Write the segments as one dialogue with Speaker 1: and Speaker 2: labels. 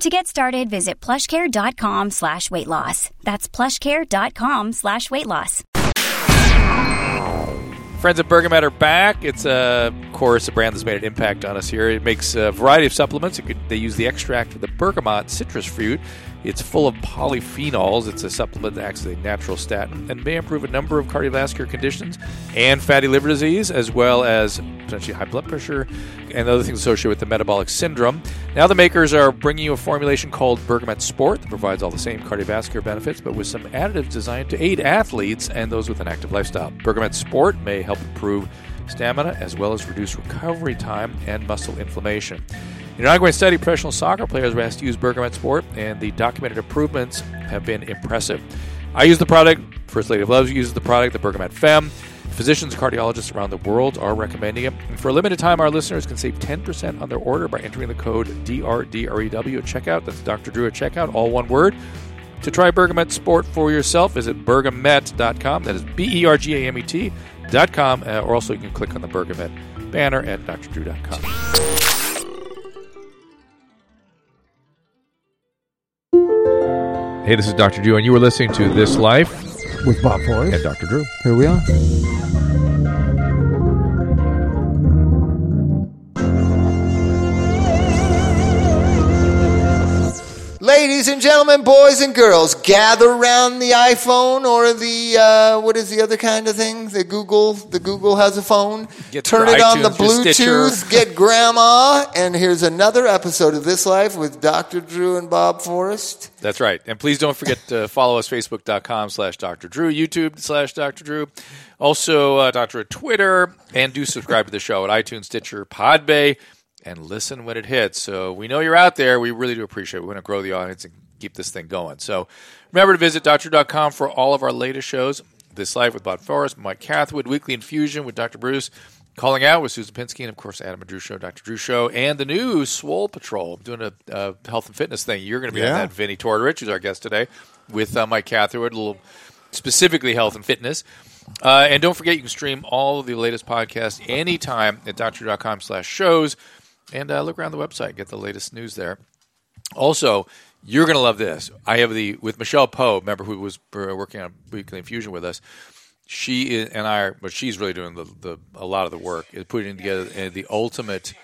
Speaker 1: To get started, visit plushcare.com slash weight loss. That's plushcare.com slash weight loss.
Speaker 2: Friends at Bergamet are back. It's, uh, of course, a brand that's made an impact on us here. It makes a variety of supplements. It could, they use the extract of the bergamot citrus fruit. It's full of polyphenols. It's a supplement that acts as a natural statin and may improve a number of cardiovascular conditions and fatty liver disease, as well as potentially high blood pressure and other things associated with the metabolic syndrome. Now, the makers are bringing you a formulation called Bergamet Sport that provides all the same cardiovascular benefits, but with some additives designed to aid athletes and those with an active lifestyle. Bergamet Sport may help improve stamina as well as reduce recovery time and muscle inflammation. In an ongoing study, professional soccer players were asked to use Bergamet Sport, and the documented improvements have been impressive. I use the product. First Lady of Loves uses the product, the Bergamet Femme. Physicians and cardiologists around the world are recommending it. And for a limited time, our listeners can save 10% on their order by entering the code DRDREW E at checkout. That's Dr. Drew at checkout, all one word. To try Bergamet Sport for yourself, visit bergamet.com. That is B E R G A M E T.com. Uh, or also you can click on the Bergamet banner at drdrew.com. Hey, this is Dr. Drew, and you are listening to This Life
Speaker 3: with Bob Forrest.
Speaker 2: and Dr. Drew.
Speaker 3: Here we are.
Speaker 4: Ladies and gentlemen, boys and girls, gather round the iPhone or the uh, what is the other kind of thing? The Google, the Google has a phone.
Speaker 2: Get
Speaker 4: Turn
Speaker 2: your
Speaker 4: it on the
Speaker 2: iTunes, your Stitcher.
Speaker 4: Bluetooth. Get Grandma, and here's another episode of This Life with Dr. Drew and Bob Forrest.
Speaker 2: That's right. And please don't forget to follow us, facebook.com slash Dr. Drew, YouTube slash Dr. Drew, also uh, Dr. at Twitter, and do subscribe to the show at iTunes, Stitcher, Podbay, and listen when it hits. So we know you're out there. We really do appreciate it. We want to grow the audience and keep this thing going. So remember to visit drdrew.com for all of our latest shows. This Life with Bob Forrest, Mike Cathwood, Weekly Infusion with Dr. Bruce, Calling Out with Susan Pinsky, and of course, Adam and Drew Show, Dr. Drew Show, and the new Swole Patrol. doing a uh, health and fitness thing. You're going to be on
Speaker 4: Yeah.
Speaker 2: that. Vinny Tortorich, who's our guest today, with uh, Mike Catherwood, a little specifically health and fitness. Uh, and don't forget, you can stream all of the latest podcasts anytime at doctor.com slash shows. And uh, look around the website, get the latest news there. Also, you're going to love this. I have the with Michelle Poe, remember who was uh, working on Weekly Infusion with us. She is, and I, are, but she's really doing the, the a lot of the work is putting together uh, the ultimate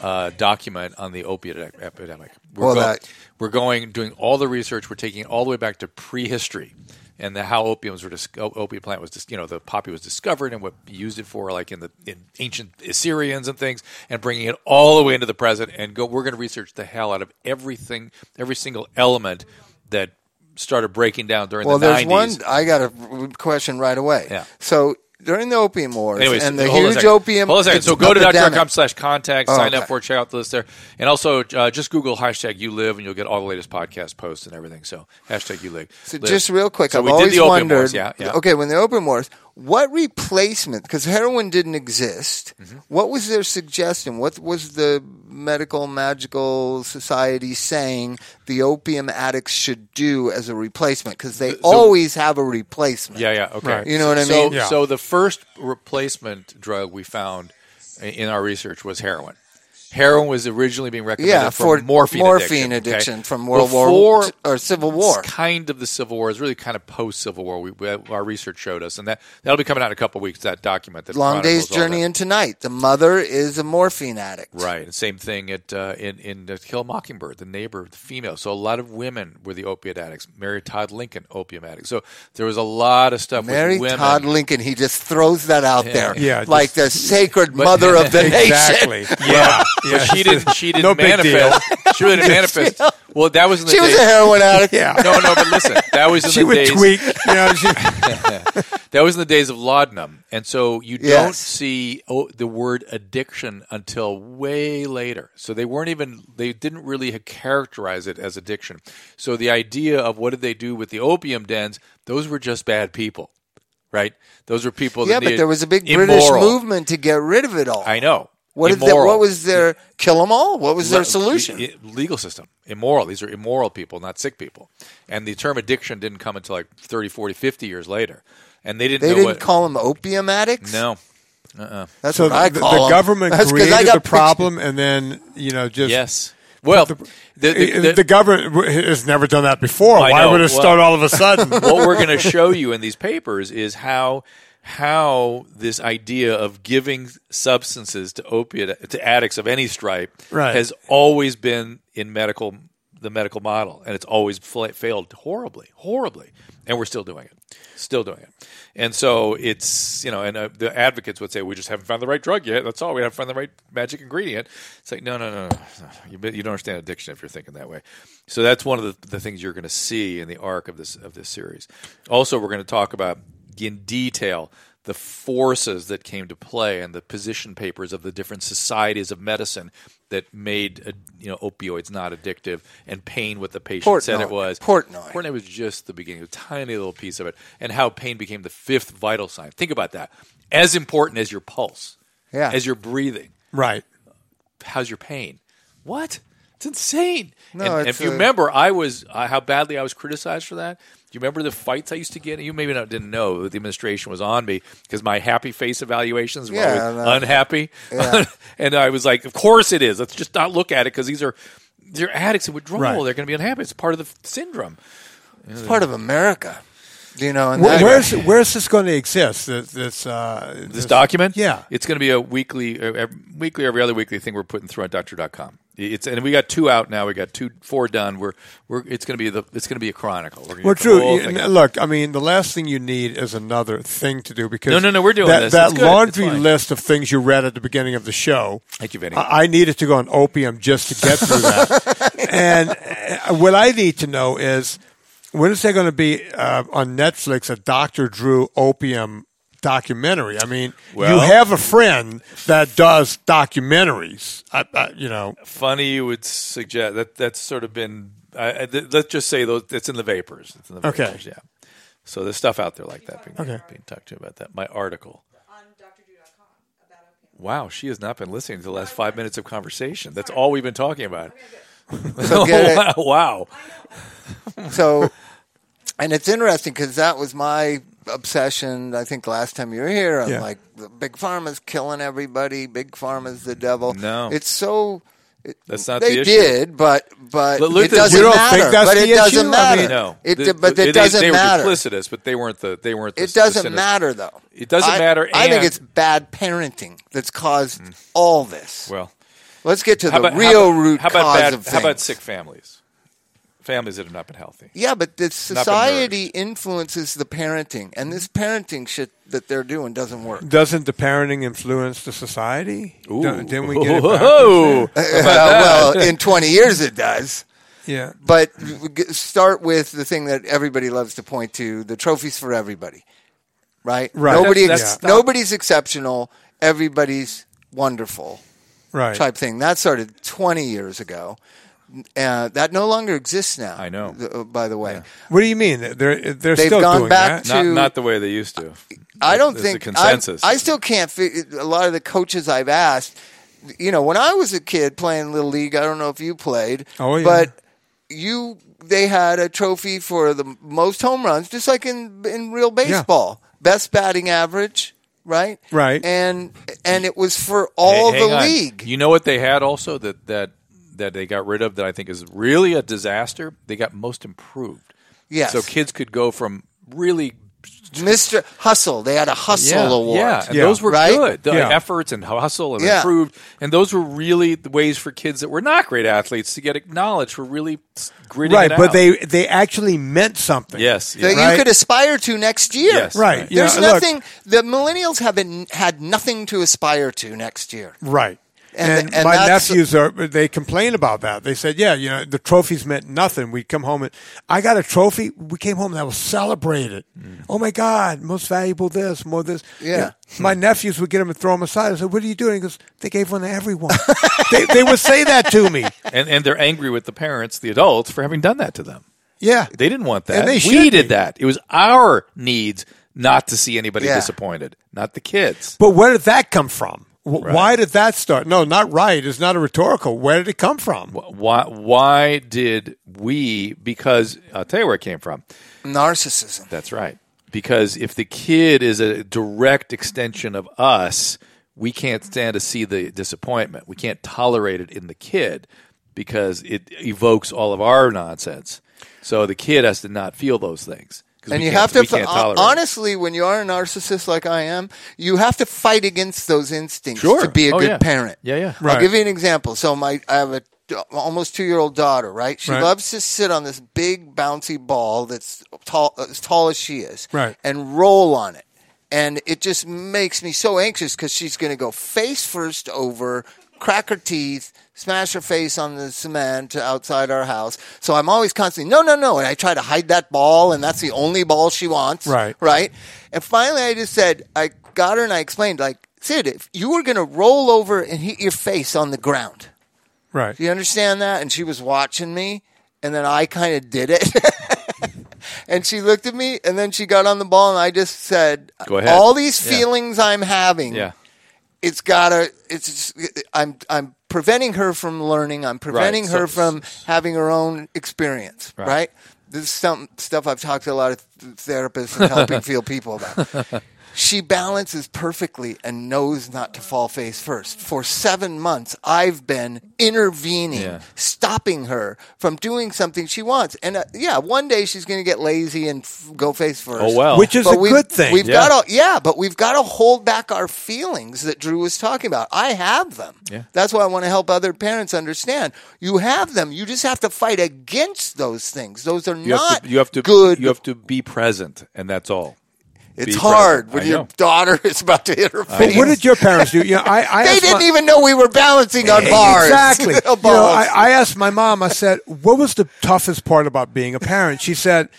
Speaker 2: uh, document on the opiate ep- epidemic. We're,
Speaker 4: Well,
Speaker 2: go-
Speaker 4: that-
Speaker 2: we're going doing all the research. We're taking it all the way back to prehistory and the, how opiums were dis- o- opiate plant was dis- you know the poppy was discovered and what we used it for like in the in ancient Assyrians and things and bringing it all the way into the present and go we're going to research the hell out of everything every single element that started breaking down during
Speaker 4: Well,
Speaker 2: the
Speaker 4: there's
Speaker 2: 90s.
Speaker 4: one I got a question right away.
Speaker 2: Yeah.
Speaker 4: So during the opium wars
Speaker 2: Anyways,
Speaker 4: and the
Speaker 2: hold on a
Speaker 4: huge
Speaker 2: second.
Speaker 4: opium,
Speaker 2: Hold on a second. So go to
Speaker 4: epidemic-
Speaker 2: dr.com slash contact,
Speaker 4: Oh,
Speaker 2: sign up
Speaker 4: okay.
Speaker 2: for it, check out the list there. And also uh, just Google hashtag you live and you'll get all the latest podcast posts and everything. So hashtag you live.
Speaker 4: So
Speaker 2: live.
Speaker 4: just real quick,
Speaker 2: So
Speaker 4: I've
Speaker 2: we did
Speaker 4: always
Speaker 2: the opium
Speaker 4: wondered.
Speaker 2: wars. Yeah, yeah.
Speaker 4: Okay, when the opium wars, what replacement? Because heroin didn't exist.
Speaker 2: Mm-hmm.
Speaker 4: What was their suggestion? What was the medical magical society saying the opium addicts should do as a replacement? Because they always have a replacement.
Speaker 2: Yeah, yeah, okay.
Speaker 3: Right.
Speaker 4: You know what I
Speaker 2: so,
Speaker 4: mean?
Speaker 3: Yeah.
Speaker 2: So the first replacement drug we found i- in our research was heroin. Heroin was originally being recommended
Speaker 4: Yeah,
Speaker 2: for,
Speaker 4: for
Speaker 2: morphine addiction,
Speaker 4: morphine addiction
Speaker 2: okay?
Speaker 4: from World War
Speaker 2: Before-
Speaker 4: t- or Civil War.
Speaker 2: It's kind of the Civil War. It's really kind of post Civil War. We, we our research showed us, and that that'll be coming out in a couple of weeks. That document, that
Speaker 4: Long day's
Speaker 2: chronicles all
Speaker 4: journey
Speaker 2: that.
Speaker 4: into night. The mother is a morphine addict.
Speaker 2: Right. And same thing at uh, in in uh, Kill a Mockingbird, the neighbor, the female. So a lot of women were the opiate addicts. Mary Todd Lincoln, opium addict. So there was a lot of stuff
Speaker 4: Mary
Speaker 2: with women.
Speaker 4: Todd Lincoln, he just throws that out there.
Speaker 3: Yeah, just-
Speaker 4: like the sacred mother of the nation.
Speaker 3: Exactly. Yeah. yeah.
Speaker 2: But she didn't. She didn't
Speaker 3: No big
Speaker 2: manifest. She really didn't manifest. Well, that was in the
Speaker 4: She was
Speaker 2: days.
Speaker 4: a heroin addict.
Speaker 3: Yeah.
Speaker 2: no, no. But listen, that was in
Speaker 3: she
Speaker 2: the
Speaker 3: would
Speaker 2: days.
Speaker 3: tweak. You know, she,
Speaker 2: That was in the days of laudanum, and so you don't
Speaker 4: Yes.
Speaker 2: see oh, the word addiction until way later. So they weren't even they didn't really characterize it as addiction. So the idea of what did they do with the opium dens? Those were just bad people. right? Those were people.
Speaker 4: yeah,
Speaker 2: that
Speaker 4: but
Speaker 2: needed-
Speaker 4: there was a big British
Speaker 2: immoral.
Speaker 4: movement to get rid of it all.
Speaker 2: I know.
Speaker 4: What did they,
Speaker 2: Immoral.
Speaker 4: What was their kill them all? What was their
Speaker 2: Le-
Speaker 4: solution?
Speaker 2: i- legal system. Immoral. These are immoral people, not sick people. And the term addiction didn't come until like 30, 40, 50 years later. And they didn't
Speaker 4: they
Speaker 2: know
Speaker 4: didn't
Speaker 2: what.
Speaker 4: call them opium addicts.
Speaker 2: no.
Speaker 4: that's
Speaker 3: So
Speaker 4: what I
Speaker 3: the,
Speaker 4: call
Speaker 3: the
Speaker 4: 'em.
Speaker 3: government
Speaker 4: That's 'cause
Speaker 3: created
Speaker 4: I got
Speaker 3: the
Speaker 4: pictures.
Speaker 3: problem, and then you know just
Speaker 2: Yes. Well, the, the,
Speaker 3: the,
Speaker 2: the-
Speaker 3: government w- has never done that before.
Speaker 2: I
Speaker 3: Why
Speaker 2: know.
Speaker 3: would it
Speaker 2: Well-
Speaker 3: start all of a sudden?
Speaker 2: what we're going to show you in these papers is how how this idea of giving substances to opiate to addicts of any stripe
Speaker 3: Right.
Speaker 2: has always been in medical the medical model and it's always fla failed horribly horribly and we're still doing it still doing it and so it's you know and uh, the advocates would say we just haven't found the right drug yet that's all we haven't found the right magic ingredient it's like no no no, no. You, bet- you don't understand addiction if you're thinking that way so that's one of the, the things you're going to see in the arc of this of this series also we're going to talk about in detail the forces that came to play and the position papers of the different societies of medicine that made uh, you know opioids not addictive and pain what the patient said it
Speaker 4: Portnoy.
Speaker 2: was
Speaker 4: Portnoy.
Speaker 2: Portnoy was just the beginning a tiny little piece of it and how pain became the fifth vital sign think about that as important as your pulse
Speaker 4: Yeah.
Speaker 2: as your breathing
Speaker 3: right.
Speaker 2: how's your pain? What? It's insane.
Speaker 4: No,
Speaker 2: and,
Speaker 4: it's
Speaker 2: if you
Speaker 4: a-
Speaker 2: remember, I was uh, how badly I was criticized for that. Do you remember the fights I used to get? You maybe not, didn't know that the administration was on me because my happy face evaluations were always
Speaker 4: Yeah, and, uh,
Speaker 2: unhappy, and I was like, "Of course it is. Let's just not look at it because these are they're addicts and withdrawal.
Speaker 3: Right.
Speaker 2: They're going to be unhappy. It's part of the f- syndrome."
Speaker 4: It's part of America. You know, and
Speaker 3: Where,
Speaker 4: that-
Speaker 3: where's where's this going to exist? This this, uh,
Speaker 2: this document.
Speaker 3: Yeah.
Speaker 2: it's going to be a weekly, uh, every, weekly, every other weekly thing we're putting through on Doctor.com. It's and we got two out now. We got two, four done. We're we're it's going to be the it's going to be a chronicle. We're gonna
Speaker 3: Well,
Speaker 2: get the
Speaker 3: true.
Speaker 2: whole
Speaker 3: You-
Speaker 2: thing
Speaker 3: n-
Speaker 2: out.
Speaker 3: look, I mean, the last thing you need is another thing to do because
Speaker 2: No, no, no, we're doing
Speaker 3: that,
Speaker 2: this.
Speaker 3: That
Speaker 2: It's good.
Speaker 3: laundry
Speaker 2: It's fine.
Speaker 3: list of things you read at the beginning of the show.
Speaker 2: Thank you, Vinny.
Speaker 3: I, I needed to go on opium just to get through that. and uh, what I need to know is when is there going to be uh, on Netflix a Dr. Drew opium documentary? I mean,
Speaker 2: Well-
Speaker 3: you have a friend that does documentaries. I, I, you know,
Speaker 2: Funny, you would suggest that that's sort of been. I I- th- let's just say those it's in the vapors. It's in the
Speaker 3: Okay.
Speaker 2: vapors, yeah. So there's stuff out there like that being,
Speaker 3: Okay.
Speaker 2: being talked to about that. My article.
Speaker 5: on drdrew.com about opium.
Speaker 2: Wow, she has not been listening to the last five minutes of conversation. That's all we've been talking about.
Speaker 4: So get it.
Speaker 2: wow.
Speaker 4: so and it's interesting because that was my obsession i think last time you were here i'm
Speaker 3: Yeah.
Speaker 4: like the big pharma's killing everybody big pharma's the devil
Speaker 2: No.
Speaker 4: it's so
Speaker 2: That's not
Speaker 4: they
Speaker 2: the issue.
Speaker 4: did but but
Speaker 2: But Luther,
Speaker 4: it doesn't
Speaker 2: you don't
Speaker 4: matter
Speaker 3: think that's
Speaker 4: but
Speaker 3: the
Speaker 4: it doesn't
Speaker 3: issue? I mean,
Speaker 4: matter
Speaker 2: No,
Speaker 4: it,
Speaker 2: The-
Speaker 4: but
Speaker 2: the-
Speaker 4: it doesn't
Speaker 2: they,
Speaker 4: matter
Speaker 2: They were duplicitous, but they weren't the. They weren't. The,
Speaker 4: it doesn't
Speaker 2: the sinners.
Speaker 4: matter though
Speaker 2: It doesn't
Speaker 4: I-
Speaker 2: matter,
Speaker 4: i think
Speaker 2: and- Mm.
Speaker 4: it's bad parenting that's caused all this
Speaker 2: Well,
Speaker 4: let's get to
Speaker 2: how
Speaker 4: the
Speaker 2: about
Speaker 4: real
Speaker 2: how,
Speaker 4: root
Speaker 2: how about
Speaker 4: cause
Speaker 2: bad,
Speaker 4: of things
Speaker 2: How about sick families? Families that have not been healthy.
Speaker 4: Yeah, but the
Speaker 2: Not been
Speaker 4: society influences the parenting, and this parenting shit that they're doing doesn't work.
Speaker 3: doesn't the parenting influence the society? Don't- Didn't we get it backwards
Speaker 2: Whoa.
Speaker 4: Uh, well, in 20 years it does.
Speaker 3: there? Yeah.
Speaker 4: But g- start with the thing that everybody loves to point to the trophies for everybody, right?
Speaker 3: Right.
Speaker 4: Nobody,
Speaker 2: That's-
Speaker 4: ex-
Speaker 2: that's-
Speaker 4: Nobody's exceptional, everybody's wonderful
Speaker 3: Right.
Speaker 4: type thing. That started 20 years ago. Uh, that no longer exists now.
Speaker 2: I know.
Speaker 4: th- uh, By the way,
Speaker 3: What do you mean? They're they're they're
Speaker 4: They've
Speaker 3: still
Speaker 4: gone
Speaker 3: doing
Speaker 4: back
Speaker 3: that.
Speaker 4: to- Uh,
Speaker 2: Not, not the way they used to.
Speaker 4: I don't
Speaker 2: There's
Speaker 4: think
Speaker 2: a consensus.
Speaker 4: I, I still can't. Fig- a lot of the coaches I've asked, you know, when I was a kid playing little league, I don't know if you played.
Speaker 3: Oh, yeah.
Speaker 4: But you, they had a trophy for the most home runs, just like in in real baseball, best batting average, right?
Speaker 3: Right.
Speaker 4: And and it was for all
Speaker 2: Hey,
Speaker 4: the
Speaker 2: hang on.
Speaker 4: league.
Speaker 2: You know what they had also that that that they got rid of that I think is really a disaster. They got most improved.
Speaker 4: Yes.
Speaker 2: So kids could go from really
Speaker 4: Mr. Hustle, they had a hustle
Speaker 2: yeah,
Speaker 4: award.
Speaker 2: Yeah, and
Speaker 3: Yeah.
Speaker 2: those were
Speaker 4: Right?
Speaker 2: good. The
Speaker 3: Yeah.
Speaker 2: efforts and hustle and
Speaker 4: Yeah.
Speaker 2: improved, and those were really the ways for kids that were not great athletes to get acknowledged for really s- gritting
Speaker 3: right,
Speaker 2: it
Speaker 3: but
Speaker 2: out.
Speaker 3: they they actually meant something.
Speaker 2: yes,
Speaker 4: that
Speaker 2: yes.
Speaker 4: you
Speaker 3: Right.
Speaker 4: could aspire to next year.
Speaker 2: Yes.
Speaker 3: Right. you
Speaker 4: There's
Speaker 3: know, look,
Speaker 4: nothing. The millennials have been, had nothing to aspire to next year.
Speaker 3: right.
Speaker 4: And-
Speaker 3: And,
Speaker 4: and
Speaker 3: my
Speaker 4: that's-
Speaker 3: nephews are they complain about that. They said, "Yeah, you know, the trophies meant nothing. We come home and I got a trophy. We came home and I was celebrated. Oh my God, most valuable this, more this.
Speaker 4: Yeah.
Speaker 3: my nephews would get them and throw them aside. I said, "What are you doing?" Because they gave one to everyone. they, they would say that to me.
Speaker 2: and and they're angry with the parents, the adults, for having done that to them.
Speaker 3: Yeah,
Speaker 2: They didn't want that.
Speaker 3: And they
Speaker 2: we
Speaker 3: should
Speaker 2: did
Speaker 3: be.
Speaker 2: that. It was our needs not to see anybody
Speaker 4: Yeah.
Speaker 2: disappointed, not the kids.
Speaker 3: But where did that come from? W-
Speaker 2: Right.
Speaker 3: Why did that start? No, not right. It's not a rhetorical. Where did it come from?
Speaker 2: Why? Why did we? Because I'll tell you where it came from.
Speaker 4: Narcissism.
Speaker 2: That's right. Because if the kid is a direct extension of us, we can't stand to see the disappointment. We can't tolerate it in the kid because it evokes all of our nonsense. So the kid has to not feel those things. 'Cause
Speaker 4: And
Speaker 2: we
Speaker 4: you
Speaker 2: can't-
Speaker 4: have to,
Speaker 2: we can't
Speaker 4: uh,
Speaker 2: tolerate it.
Speaker 4: honestly, when you are a narcissist like I am, you have to fight against those instincts
Speaker 2: Sure.
Speaker 4: to be a
Speaker 2: Oh,
Speaker 4: good
Speaker 2: yeah.
Speaker 4: parent.
Speaker 2: Yeah, yeah.
Speaker 3: Right.
Speaker 4: I'll give you an example. So my, I have a d- almost two year old daughter, right? She
Speaker 3: Right.
Speaker 4: loves to sit on this big bouncy ball that's tall, as tall as she is,
Speaker 3: Right.
Speaker 4: and roll on it. And it just makes me so anxious because she's going to go face first over, crack her teeth, smash her face on the cement outside our house. So I'm always constantly, no, no, no. And I try to hide that ball, and that's the only ball she wants.
Speaker 3: Right.
Speaker 4: Right. And finally, I just said, I got her and I explained, like, Sid, if you were going to roll over and hit your face on the ground,
Speaker 3: Right.
Speaker 4: do you understand that? And she was watching me, and then I kind of did it. and she looked at me, and then she got on the ball, and I just said,
Speaker 2: Go ahead.
Speaker 4: All these
Speaker 2: Yeah.
Speaker 4: feelings I'm having,
Speaker 2: Yeah.
Speaker 4: it's gotta. It's I'm I'm preventing her from learning. I'm preventing
Speaker 2: Right. So-
Speaker 4: her from having her own experience. Right. This is some stuff I've talked to a lot of th- therapists and helping feel people about. She balances perfectly and knows not to fall face first. For seven months, I've been intervening,
Speaker 2: Yeah.
Speaker 4: stopping her from doing something she wants. And uh, yeah, one day she's going to get lazy and f- go face first.
Speaker 2: Oh, well.
Speaker 3: Which is a
Speaker 4: we've,
Speaker 3: good thing.
Speaker 4: We've
Speaker 2: Yeah.
Speaker 4: got to, yeah, but we've got to hold back our feelings that Drew was talking about. I have them.
Speaker 2: Yeah.
Speaker 4: That's why I want to help other parents understand. You have them. You just have to fight against those things. Those are
Speaker 2: You have
Speaker 4: not
Speaker 2: to, you have to
Speaker 4: good.
Speaker 2: You have to be present, and that's all.
Speaker 4: it's
Speaker 2: be
Speaker 4: hard
Speaker 2: present.
Speaker 4: when
Speaker 2: I
Speaker 4: your
Speaker 2: know.
Speaker 4: daughter is about to hit her
Speaker 3: But
Speaker 4: face.
Speaker 3: what did your parents do? You know, I, I
Speaker 4: they
Speaker 3: asked
Speaker 4: didn't
Speaker 3: my-
Speaker 4: even know we were balancing on bars.
Speaker 3: Exactly.
Speaker 4: Bars.
Speaker 3: You know, I, I asked my mom, I said, what was the toughest part about being a parent? She said,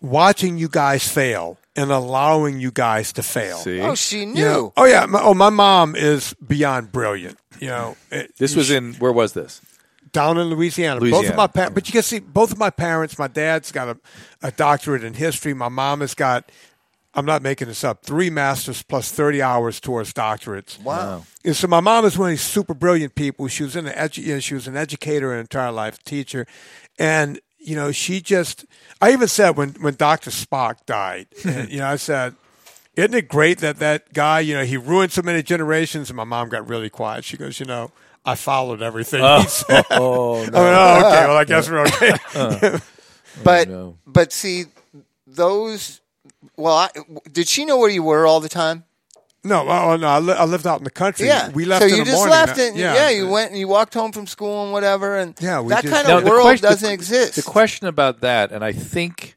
Speaker 3: watching you guys fail and allowing you guys to fail.
Speaker 2: See,
Speaker 4: oh, she knew.
Speaker 3: You know, oh, yeah. My, oh, my mom is beyond brilliant. You know, it-
Speaker 2: this was in where was this?
Speaker 3: down in Louisiana. Both
Speaker 2: Louisiana.
Speaker 3: of my pa- but you can see both of my parents. My dad's got a, a doctorate in history. My mom has got. I'm not making this up. Three masters plus 30 hours towards doctorates.
Speaker 4: Wow.
Speaker 3: And so my mom is one of these super brilliant people. She was in an edu- you know, she was an educator her entire life, teacher, and you know she just. I even said when when Doctor Spock died, and, you know I said, "Isn't it great that that guy you know he ruined so many generations?" And my mom got really quiet. She goes, "You know." I followed everything he said. Oh, no. oh, okay. Well, I guess we're okay.
Speaker 4: but
Speaker 2: no.
Speaker 4: but see those. Well, I, did she know where you were all the time?
Speaker 3: no, oh, no. I, li- I lived out in the country.
Speaker 4: Yeah,
Speaker 3: We left
Speaker 4: So
Speaker 3: in
Speaker 4: you
Speaker 3: the
Speaker 4: just
Speaker 3: morning.
Speaker 4: left,
Speaker 3: Uh,
Speaker 4: and yeah. you went and you walked home from school and whatever, and
Speaker 3: Yeah, we
Speaker 4: that
Speaker 3: just-
Speaker 4: kind
Speaker 3: Now,
Speaker 4: of
Speaker 2: the
Speaker 4: world
Speaker 2: quest- the-
Speaker 4: doesn't exist.
Speaker 2: The question about that, and I think,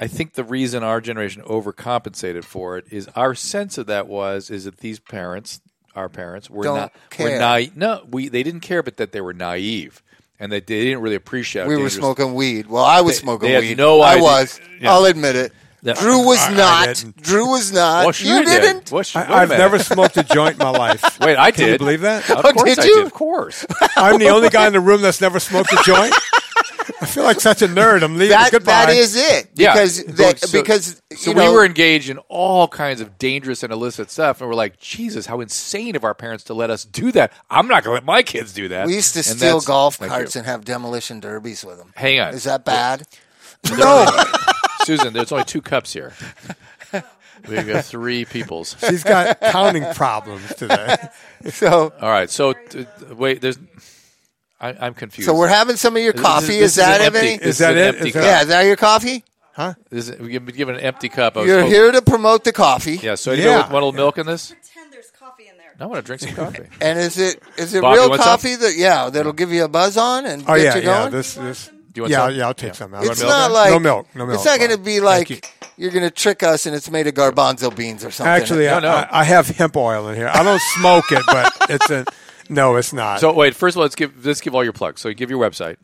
Speaker 2: I think the reason our generation overcompensated for it is our sense of that was is that these parents, our parents, were
Speaker 4: Don't
Speaker 2: not
Speaker 4: care.
Speaker 2: were naive. No, we they didn't care, but that they were naive and that they didn't really appreciate. how
Speaker 4: we were
Speaker 2: dangerous-
Speaker 4: smoking weed. Well, I was
Speaker 2: They-
Speaker 4: smoking
Speaker 2: they had
Speaker 4: weed.
Speaker 2: no
Speaker 4: I
Speaker 2: idea-
Speaker 4: was.
Speaker 2: Yeah.
Speaker 4: I'll admit it.
Speaker 2: Yeah.
Speaker 4: Drew was
Speaker 3: I- I
Speaker 4: not.
Speaker 3: didn't.
Speaker 4: Drew was not.
Speaker 2: Well, sure
Speaker 4: you
Speaker 2: did.
Speaker 4: didn't.
Speaker 2: Well, sure- wait a
Speaker 3: I, I've
Speaker 2: minute.
Speaker 3: never smoked a joint in my life.
Speaker 2: Wait, I did.
Speaker 3: Can you believe that?
Speaker 2: Of
Speaker 4: Oh,
Speaker 2: course
Speaker 4: did
Speaker 2: I
Speaker 4: you?
Speaker 2: Of course.
Speaker 3: I'm the only guy in the room that's never smoked a joint. I feel like such a nerd. I'm leaving.
Speaker 4: That,
Speaker 3: Goodbye.
Speaker 4: that is it.
Speaker 2: Yeah.
Speaker 4: Because that,
Speaker 2: So-
Speaker 4: because
Speaker 2: So
Speaker 4: you know,
Speaker 2: we were engaged in all kinds of dangerous and illicit stuff, and we're like, Jesus, how insane of our parents to let us do that. I'm not going to let my kids do that.
Speaker 4: we used to
Speaker 2: And
Speaker 4: steal
Speaker 2: that's-
Speaker 4: golf
Speaker 2: Thank
Speaker 4: carts
Speaker 2: you.
Speaker 4: and have demolition derbies with them.
Speaker 2: Hang on.
Speaker 4: Is that bad?
Speaker 2: No, Susan, there's only two cups here. We've got three peoples.
Speaker 3: She's got counting problems today.
Speaker 4: so
Speaker 2: All right, so t- t- wait, there's. I, I'm confused.
Speaker 4: so we're having some of your
Speaker 2: This
Speaker 4: coffee.
Speaker 2: this
Speaker 4: Is, that
Speaker 2: an
Speaker 4: of
Speaker 2: empty-
Speaker 4: any?
Speaker 2: this
Speaker 3: Is that
Speaker 2: an
Speaker 3: it?
Speaker 2: Empty
Speaker 3: Is
Speaker 2: cup.
Speaker 3: that-
Speaker 4: yeah, is that your coffee?
Speaker 2: This is, we've been given an empty cup. I was
Speaker 4: You're
Speaker 2: hoping-
Speaker 4: here to promote the coffee.
Speaker 2: Yeah. So I go
Speaker 3: Yeah.
Speaker 2: with one little milk in this.
Speaker 5: Pretend there's coffee in there.
Speaker 2: I want to drink some coffee.
Speaker 4: And is it is it
Speaker 2: Bob, you
Speaker 4: real
Speaker 2: want some?
Speaker 4: coffee that yeah that'll give you a buzz on and
Speaker 3: Oh
Speaker 4: get
Speaker 3: yeah,
Speaker 4: you
Speaker 3: yeah.
Speaker 4: going?
Speaker 3: This, this.
Speaker 2: Do you want
Speaker 3: yeah,
Speaker 2: some?
Speaker 3: yeah. I'll take some.
Speaker 2: milk?
Speaker 4: it's not like
Speaker 3: no milk. No milk.
Speaker 4: It's not going to be like
Speaker 3: you.
Speaker 4: you. are going to trick us and it's made of garbanzo beans or something.
Speaker 3: Actually,
Speaker 2: No, no.
Speaker 3: I, I have hemp oil in here. I don't smoke it, but it's a. No, it's not.
Speaker 2: So wait, first of all, let's give let's give all your plugs. So give your website.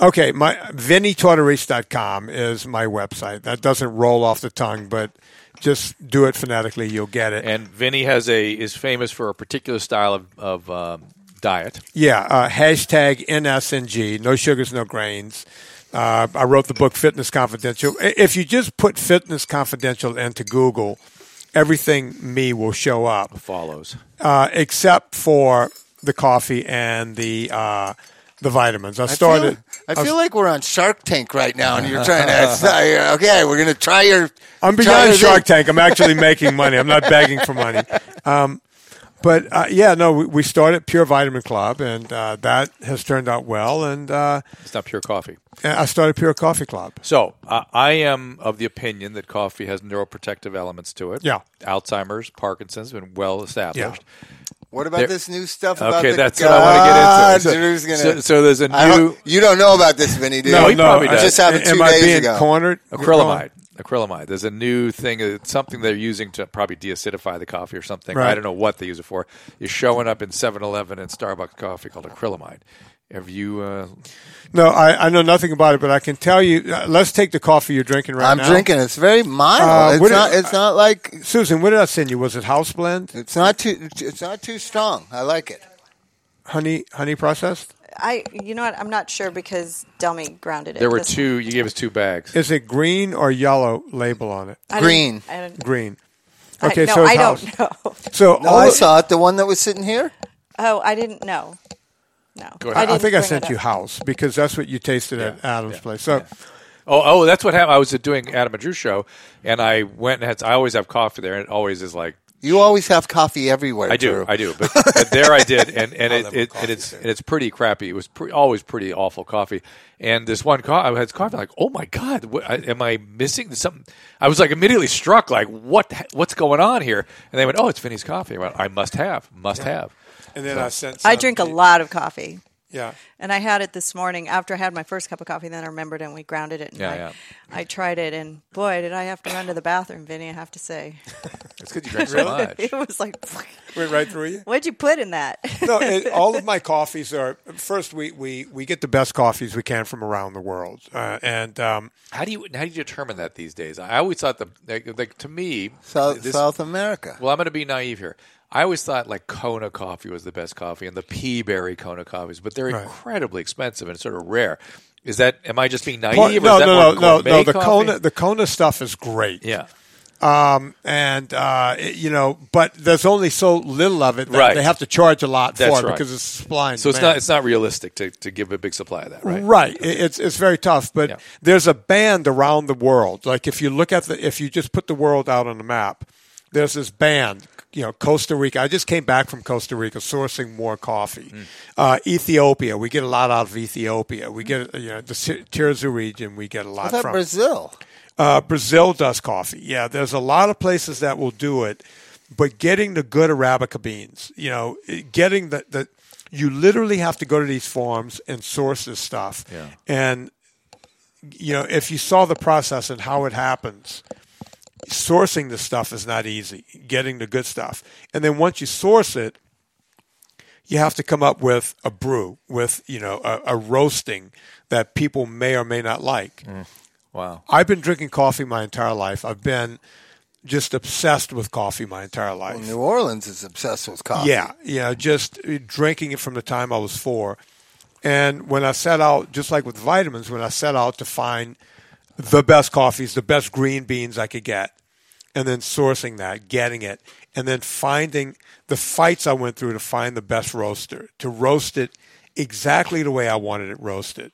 Speaker 3: Okay, my vinnytortorice.com is my website. That doesn't roll off the tongue, but just do it phonetically, you'll get it.
Speaker 2: And Vinny has a is famous for a particular style of, of um, diet.
Speaker 3: yeah, uh, hashtag NSNG, no sugars, no grains. Uh, I wrote the book Fitness Confidential. I- If you just put Fitness Confidential into Google, everything me will show up,
Speaker 2: follows.
Speaker 3: uh, except for the coffee and the uh, the vitamins. I
Speaker 4: I
Speaker 3: started.
Speaker 4: feel- I feel, like we're on Shark Tank right now, and you're trying to. Okay, we're gonna try your.
Speaker 3: I'm
Speaker 4: try
Speaker 3: beyond
Speaker 4: your
Speaker 3: Shark
Speaker 4: thing.
Speaker 3: Tank. I'm actually making money. I'm not begging for money. Um, but uh, yeah, no, we, we started Pure Vitamin Club, and uh, that has turned out well. And uh,
Speaker 2: It's not pure coffee.
Speaker 3: I started Pure Coffee Club.
Speaker 2: So uh, I am of the opinion that coffee has neuroprotective elements to it.
Speaker 3: Yeah.
Speaker 2: Alzheimer's, Parkinson's have been well established.
Speaker 4: What about
Speaker 2: There-
Speaker 4: this new stuff? About
Speaker 2: Okay,
Speaker 4: the
Speaker 2: that's what I want to get into.
Speaker 4: Drew's
Speaker 2: So,
Speaker 4: gonna-
Speaker 2: so- so there's a
Speaker 4: I
Speaker 2: new
Speaker 4: don't- you don't know about this, Vinny, do you?
Speaker 2: No, he probably does.
Speaker 4: It just happened
Speaker 3: uh, Am
Speaker 4: two
Speaker 3: I
Speaker 4: days
Speaker 3: being
Speaker 4: ago.
Speaker 3: cornered?
Speaker 2: acrylamide. Acrylamide. There's a new thing. It's something they're using to probably deacidify the coffee or something.
Speaker 3: Right.
Speaker 2: I don't know what they use it for. Is showing up in 7-Eleven and Starbucks coffee called acrylamide. Have you? Uh,
Speaker 3: No, I, I know nothing about it, but I can tell you. Uh, let's take the coffee you're drinking right
Speaker 4: I'm
Speaker 3: now.
Speaker 4: drinking. It's very
Speaker 3: Uh,
Speaker 4: mild. it's
Speaker 3: what-
Speaker 4: not. It's not like.
Speaker 3: Susan, what did I send you? Was it house blend,
Speaker 4: It's not too. It's not too strong. I like it.
Speaker 3: honey, honey processed?
Speaker 6: I, you know what? I'm not sure because Delmy grounded it.
Speaker 2: there were
Speaker 6: This-
Speaker 2: two. You gave us two bags.
Speaker 3: Is it green or yellow label on it?
Speaker 6: I didn't-
Speaker 4: Green.
Speaker 6: I don't,
Speaker 3: Green.
Speaker 6: I-
Speaker 3: Okay,
Speaker 6: no,
Speaker 3: so it's
Speaker 6: I
Speaker 3: house.
Speaker 6: don't know.
Speaker 3: So
Speaker 4: No,
Speaker 3: all
Speaker 4: I
Speaker 3: the-
Speaker 4: saw it. The one that was sitting here.
Speaker 6: Oh, I didn't know. No,
Speaker 2: ahead.
Speaker 6: I,
Speaker 3: I
Speaker 6: didn't
Speaker 3: think I
Speaker 6: bring
Speaker 3: sent
Speaker 6: it
Speaker 3: you
Speaker 6: up.
Speaker 3: house because that's what you tasted at Adam's place. So
Speaker 2: Oh, oh, that's what happened. I was doing Adam and Drew show, and I went and had. I always have coffee there, and it always is like
Speaker 4: You always have coffee everywhere.
Speaker 2: I do,
Speaker 4: Drew.
Speaker 2: I do. But, but there I did, and and it, it, and it's and it's pretty crappy. It was pre- always pretty awful coffee. And this one, co- I had coffee. Like, oh my god, what, I, am I missing something? I was like immediately struck. Like, what the- what's going on here? And they went, oh, it's Vinny's coffee. I went, I must have, must have.
Speaker 3: and then I sent.
Speaker 6: I drink a lot of coffee.
Speaker 3: Yeah.
Speaker 6: And I had it this morning after I had my first cup of coffee. Then I remembered and we grounded it. And
Speaker 2: Yeah,
Speaker 6: I,
Speaker 2: yeah.
Speaker 6: I tried it, and boy, did I have to run to the bathroom, Vinny. I have to say,
Speaker 2: It's because you drank so much.
Speaker 6: it was like,
Speaker 3: Went right through you.
Speaker 6: what'd you put in that?
Speaker 3: no, it, all of my coffees are first. We, we we get the best coffees we can from around the world, uh, and um,
Speaker 2: How do you how do you determine that these days? I always thought the like, like to me
Speaker 4: South,
Speaker 2: this-
Speaker 4: South America.
Speaker 2: Well, I'm going to be naive here. I always thought like Kona coffee was the best coffee and the pea berry Kona coffees, but they're incredibly expensive and sort of rare. Is that am I just being naive?
Speaker 3: no,
Speaker 2: or is
Speaker 3: no,
Speaker 2: that
Speaker 3: no,
Speaker 2: more
Speaker 3: no,
Speaker 2: gourmet
Speaker 3: no. The
Speaker 2: coffee?
Speaker 3: Kona the Kona stuff is great.
Speaker 2: Yeah.
Speaker 3: and uh, it- you know, but there's only so little of it that
Speaker 2: Right.
Speaker 3: they have to charge a lot
Speaker 2: That's
Speaker 3: for it
Speaker 2: right.
Speaker 3: because it's supply and
Speaker 2: So it's
Speaker 3: demand.
Speaker 2: not it's not realistic to, to give a big supply of that, right?
Speaker 3: Right. It- It's it's very tough, but
Speaker 2: Yeah.
Speaker 3: there's a band around the world. Like if you look at the if you just put the world out on the map, there's this band. You know, Costa Rica. I just came back from Costa Rica, sourcing more coffee.
Speaker 2: Mm.
Speaker 3: Uh, Ethiopia. We get a lot out of Ethiopia.
Speaker 2: Mm.
Speaker 3: We get you know the Ti- Tirzah region. We get a
Speaker 4: I
Speaker 3: lot
Speaker 4: thought
Speaker 3: from
Speaker 4: Brazil.
Speaker 3: uh, Brazil does coffee. Yeah, there's a lot of places that will do it, but getting the good Arabica beans, you know, it- getting the, the you literally have to go to these farms and source this stuff.
Speaker 2: Yeah.
Speaker 3: And, you know, if you saw the process and how it happens, sourcing the stuff is not easy, getting the good stuff. And then once you source it, you have to come up with a brew, with, you know, a, a roasting that people may or may not like.
Speaker 2: Wow.
Speaker 3: I've been drinking coffee my entire life. I've been just obsessed with coffee my entire life.
Speaker 4: New Orleans is obsessed with coffee.
Speaker 3: Yeah, yeah, just uh, drinking it from the time I was four. And when I set out, just like with vitamins, when I set out to find the best coffees, the best green beans I could get, and then sourcing that, getting it, and then finding the fights I went through to find the best roaster, to roast it exactly the way I wanted it roasted.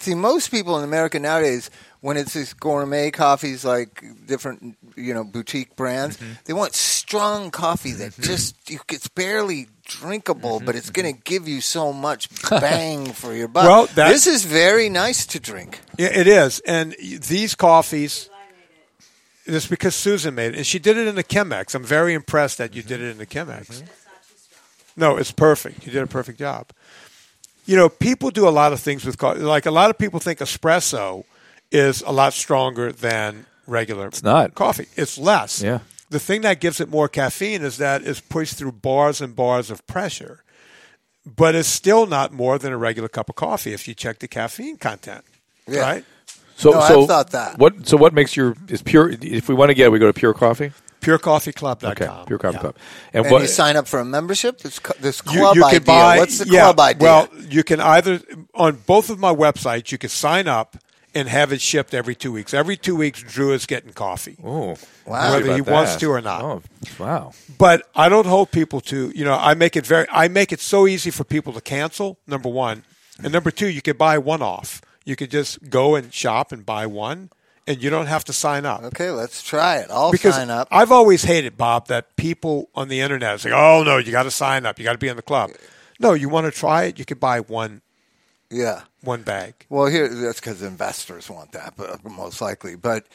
Speaker 4: See, most people in America nowadays, when it's these gourmet coffees like different, you know, boutique brands,
Speaker 2: Mm-hmm.
Speaker 4: they want strong coffee that just you, it's barely drinkable, but it's
Speaker 2: Mm-hmm.
Speaker 4: going to give you so much bang for your buck.
Speaker 3: Well, that-
Speaker 4: this is very nice to drink.
Speaker 3: Yeah, it is. And these coffees, it's because Susan made it, and she did it in the Chemex. I'm very impressed that you did it in the Chemex. No, it's perfect. You did a perfect job. You know, people do a lot of things with coffee. Like a lot of people think espresso is a lot stronger than regular. It's
Speaker 2: not.
Speaker 3: coffee. It's less.
Speaker 2: Yeah.
Speaker 3: The thing that gives it more caffeine is that it's pushed through bars and bars of pressure, but it's still not more than a regular cup of coffee if you check the caffeine content.
Speaker 4: Yeah.
Speaker 3: Right.
Speaker 2: So
Speaker 4: No, I've
Speaker 2: so
Speaker 4: thought that.
Speaker 2: what so what makes your is pure if we want to get it, we go to pure coffee?
Speaker 3: purecoffeeclub.com.
Speaker 2: Okay. Pure coffee
Speaker 3: Yeah.
Speaker 2: club. And,
Speaker 4: And
Speaker 2: what
Speaker 4: you sign up for a membership. This, cu- this
Speaker 3: You-
Speaker 4: club
Speaker 3: you can
Speaker 4: idea.
Speaker 3: buy-
Speaker 4: What's the
Speaker 3: yeah,
Speaker 4: club idea?
Speaker 3: Well, you can either on both of my websites you can sign up and have it shipped every two weeks. Every two weeks, Drew is getting coffee.
Speaker 2: Oh,
Speaker 4: Wow.
Speaker 3: Whether he
Speaker 2: about
Speaker 3: wants
Speaker 2: that.
Speaker 3: to or not.
Speaker 2: Oh, wow.
Speaker 3: But I don't hold people to, you know, I make it very, I make it so easy for people to cancel, number one. And number two, you could buy one off. You could just go and shop and buy one, and you don't have to sign up.
Speaker 4: Okay, let's try it. I'll
Speaker 3: Because
Speaker 4: sign up.
Speaker 3: I've always hated, Bob, that people on the internet say, oh, no, you got to sign up. You got to be in the club. No, you want to try it, you could buy one
Speaker 4: yeah.
Speaker 3: one bag.
Speaker 4: Well, here that's because investors want that, but uh, most likely. But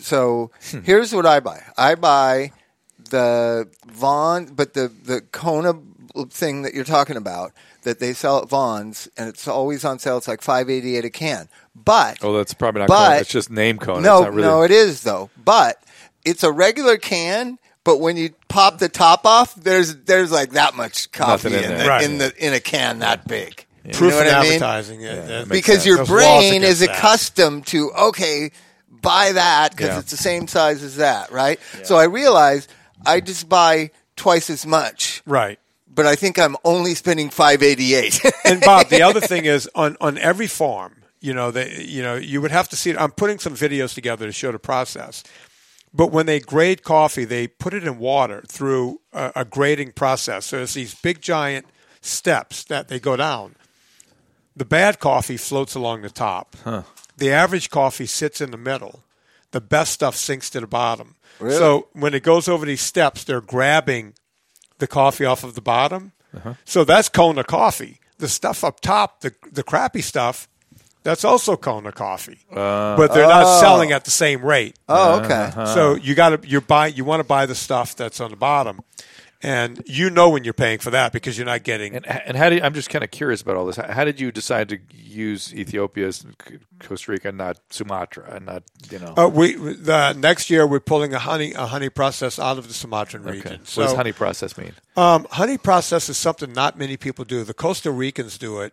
Speaker 4: so
Speaker 3: Hmm.
Speaker 4: here's what I buy. I buy the Vaughn, but the the Kona thing that you're talking about that they sell at Vaughn's, and it's always on sale. It's like five eighty eight a can. But
Speaker 2: Oh, that's probably not.
Speaker 4: But-
Speaker 2: Kona. It's just name Kona.
Speaker 4: no,
Speaker 2: it's not really,
Speaker 4: no, it is though. But it's a regular can. But when you pop the top off, there's there's like that much coffee
Speaker 2: Nothing in
Speaker 4: in,
Speaker 2: there.
Speaker 4: the,
Speaker 3: Right.
Speaker 4: in the in a can that big. You
Speaker 3: Proof
Speaker 4: know what
Speaker 3: in
Speaker 4: I mean?
Speaker 3: advertising. yeah, that makes
Speaker 4: because
Speaker 3: sense.
Speaker 4: your
Speaker 3: There's laws
Speaker 4: brain
Speaker 3: against
Speaker 4: is
Speaker 3: that.
Speaker 4: accustomed to okay buy that because
Speaker 2: Yeah.
Speaker 4: it's the same size as that right so i realize i just buy twice as much
Speaker 3: Right.
Speaker 4: but i think i'm only spending 588
Speaker 3: and Bob, the other thing is on on every farm, you know, they, you know, you would have to see. I'm putting some videos together to show the process. But when they grade coffee, they put it in water through a, a grading process. So it's these big giant steps that they go down. The bad coffee floats along the top. The average coffee sits in the middle. The best stuff sinks to the bottom. So when it goes over these steps, they're grabbing the coffee off of the bottom.
Speaker 4: Uh-huh.
Speaker 3: So that's Kona coffee. The stuff up top, the the crappy stuff, that's also Kona coffee. but they're not selling at the same rate.
Speaker 4: Uh, oh okay
Speaker 2: Uh-huh.
Speaker 3: So you got to you buy you want to buy the stuff that's on the bottom, and you know when you're paying for that because you're not getting.
Speaker 2: And, and how do you, I'm just kind of curious about all this. How, how did you decide to use Ethiopia as C- Costa Rica, not Sumatra, and not you know?
Speaker 3: Uh, we the next year we're pulling a honey a honey process out of the Sumatran
Speaker 2: okay.
Speaker 3: region.
Speaker 2: what does
Speaker 3: So-
Speaker 2: honey process mean?
Speaker 3: Um, honey process is something not many people do. The Costa Ricans do it.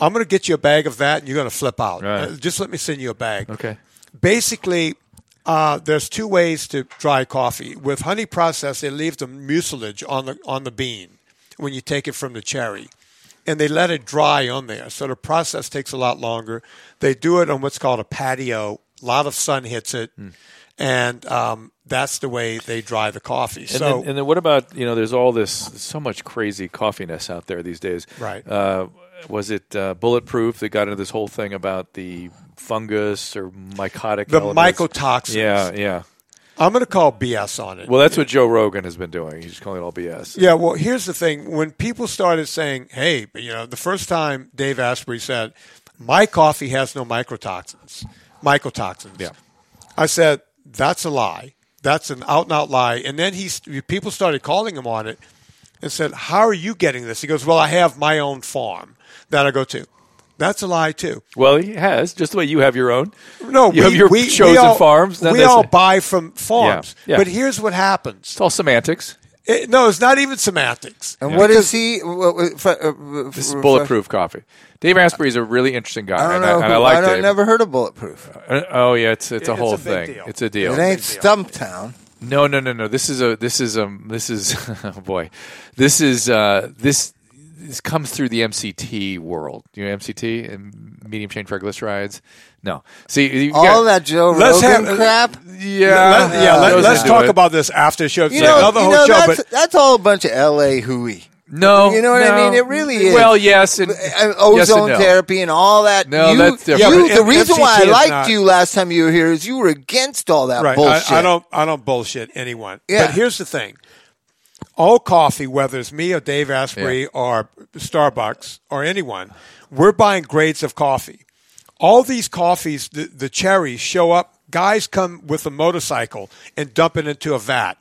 Speaker 3: I'm going to get you a bag of that, and you're going to flip out.
Speaker 2: Right.
Speaker 3: Uh, just let me send you a bag.
Speaker 2: Okay.
Speaker 3: Basically, uh, there's two ways to dry coffee. With honey process, they leave the mucilage on the on the bean when you take it from the cherry, and they let it dry on there. So the process takes a lot longer. They do it on what's called a patio. A lot of sun hits it,
Speaker 2: Hmm.
Speaker 3: and um, that's the way they dry the coffee.
Speaker 2: And,
Speaker 3: so
Speaker 2: then, and then what about you know? There's all this so much crazy coffiness out there these days.
Speaker 3: Right.
Speaker 2: Uh, was it uh, bulletproof that got into this whole thing about the fungus or mycotic?
Speaker 3: the
Speaker 2: elements?
Speaker 3: mycotoxins.
Speaker 2: Yeah, yeah.
Speaker 3: I'm going to call BS on it.
Speaker 2: Well, that's what Joe Rogan has been doing. He's calling it all BS.
Speaker 3: yeah, well, here's the thing. When people started saying, hey, but, you know, the first time Dave Asprey said, my coffee has no microtoxins, mycotoxins.
Speaker 2: Yeah.
Speaker 3: I said, that's a lie. That's an out and out lie. And then he, st- people started calling him on it and said, how are you getting this? He goes, well, I have my own farm that I go to. That's a lie, too.
Speaker 2: Well, he has just the way you have your own.
Speaker 3: No,
Speaker 2: you
Speaker 3: we,
Speaker 2: have your
Speaker 3: we,
Speaker 2: chosen
Speaker 3: we all,
Speaker 2: farms. Not
Speaker 3: We all
Speaker 2: necessarily-
Speaker 3: buy from farms.
Speaker 2: Yeah, yeah.
Speaker 3: But here's what happens.
Speaker 2: It's all semantics.
Speaker 3: It, no, it's not even semantics.
Speaker 4: and what is he what, what, fr- uh,
Speaker 2: This is
Speaker 4: fr-
Speaker 2: bulletproof coffee. Dave Asprey is a really interesting guy,
Speaker 4: I don't
Speaker 2: and,
Speaker 4: know.
Speaker 2: I, and
Speaker 4: who-
Speaker 2: I like
Speaker 4: I don't-
Speaker 2: Dave.
Speaker 4: never heard of bulletproof.
Speaker 2: Uh, oh yeah, it's it's a
Speaker 3: It's
Speaker 2: whole
Speaker 3: a big
Speaker 2: thing.
Speaker 3: deal.
Speaker 2: It's a
Speaker 4: It
Speaker 2: deal.
Speaker 4: ain't Stumptown.
Speaker 2: No, no, no, no. This is a this is um this is oh boy, this is uh this this comes through the MCT world. You know MCT and medium chain triglycerides. No, see you
Speaker 4: All
Speaker 2: got-
Speaker 4: that Joe
Speaker 3: Let's
Speaker 4: Rogan
Speaker 3: have- uh,
Speaker 4: crap.
Speaker 2: Yeah,
Speaker 3: Let, yeah,
Speaker 2: those
Speaker 3: let, us
Speaker 2: that do
Speaker 3: talk
Speaker 2: it.
Speaker 3: about this after the show.
Speaker 4: You
Speaker 3: It's
Speaker 4: know,
Speaker 3: another
Speaker 4: you
Speaker 3: whole
Speaker 4: know,
Speaker 3: show,
Speaker 4: that's,
Speaker 3: but
Speaker 4: that's all a bunch of L.A. hooey.
Speaker 2: No,
Speaker 4: You know what I
Speaker 2: no.
Speaker 4: mean? It really is.
Speaker 2: Well, yes, and,
Speaker 4: Uh,
Speaker 2: yes and
Speaker 4: ozone
Speaker 2: no.
Speaker 4: therapy and all that.
Speaker 2: No,
Speaker 4: you,
Speaker 2: that's different.
Speaker 4: you-
Speaker 3: Yeah,
Speaker 4: the
Speaker 3: but
Speaker 4: reason
Speaker 3: MCT
Speaker 4: why I
Speaker 3: is
Speaker 4: liked
Speaker 3: not-
Speaker 4: you last time you were here is you were against all that
Speaker 3: right,
Speaker 4: bullshit.
Speaker 3: I, I don't, I don't bullshit anyone.
Speaker 4: Yeah.
Speaker 3: But here's the thing: all coffee, whether it's me or Dave Asprey or Starbucks or anyone, we're buying grades of coffee. All these coffees, the, the cherries show up. Guys come with a motorcycle and dump it into a vat.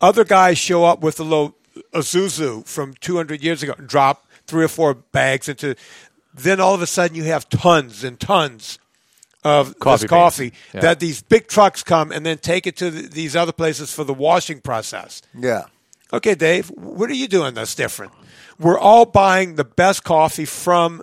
Speaker 3: Other guys show up with a little Azuzu from 200 years ago, and drop three or four bags into. Then all of a sudden, you have tons and tons of
Speaker 2: Coffee
Speaker 3: coffee,
Speaker 2: beans.
Speaker 3: coffee
Speaker 2: Yeah.
Speaker 3: that these big trucks come and then take it to the, these other places for the washing process.
Speaker 4: Yeah.
Speaker 3: Okay, Dave, what are you doing that's different? We're all buying the best coffee from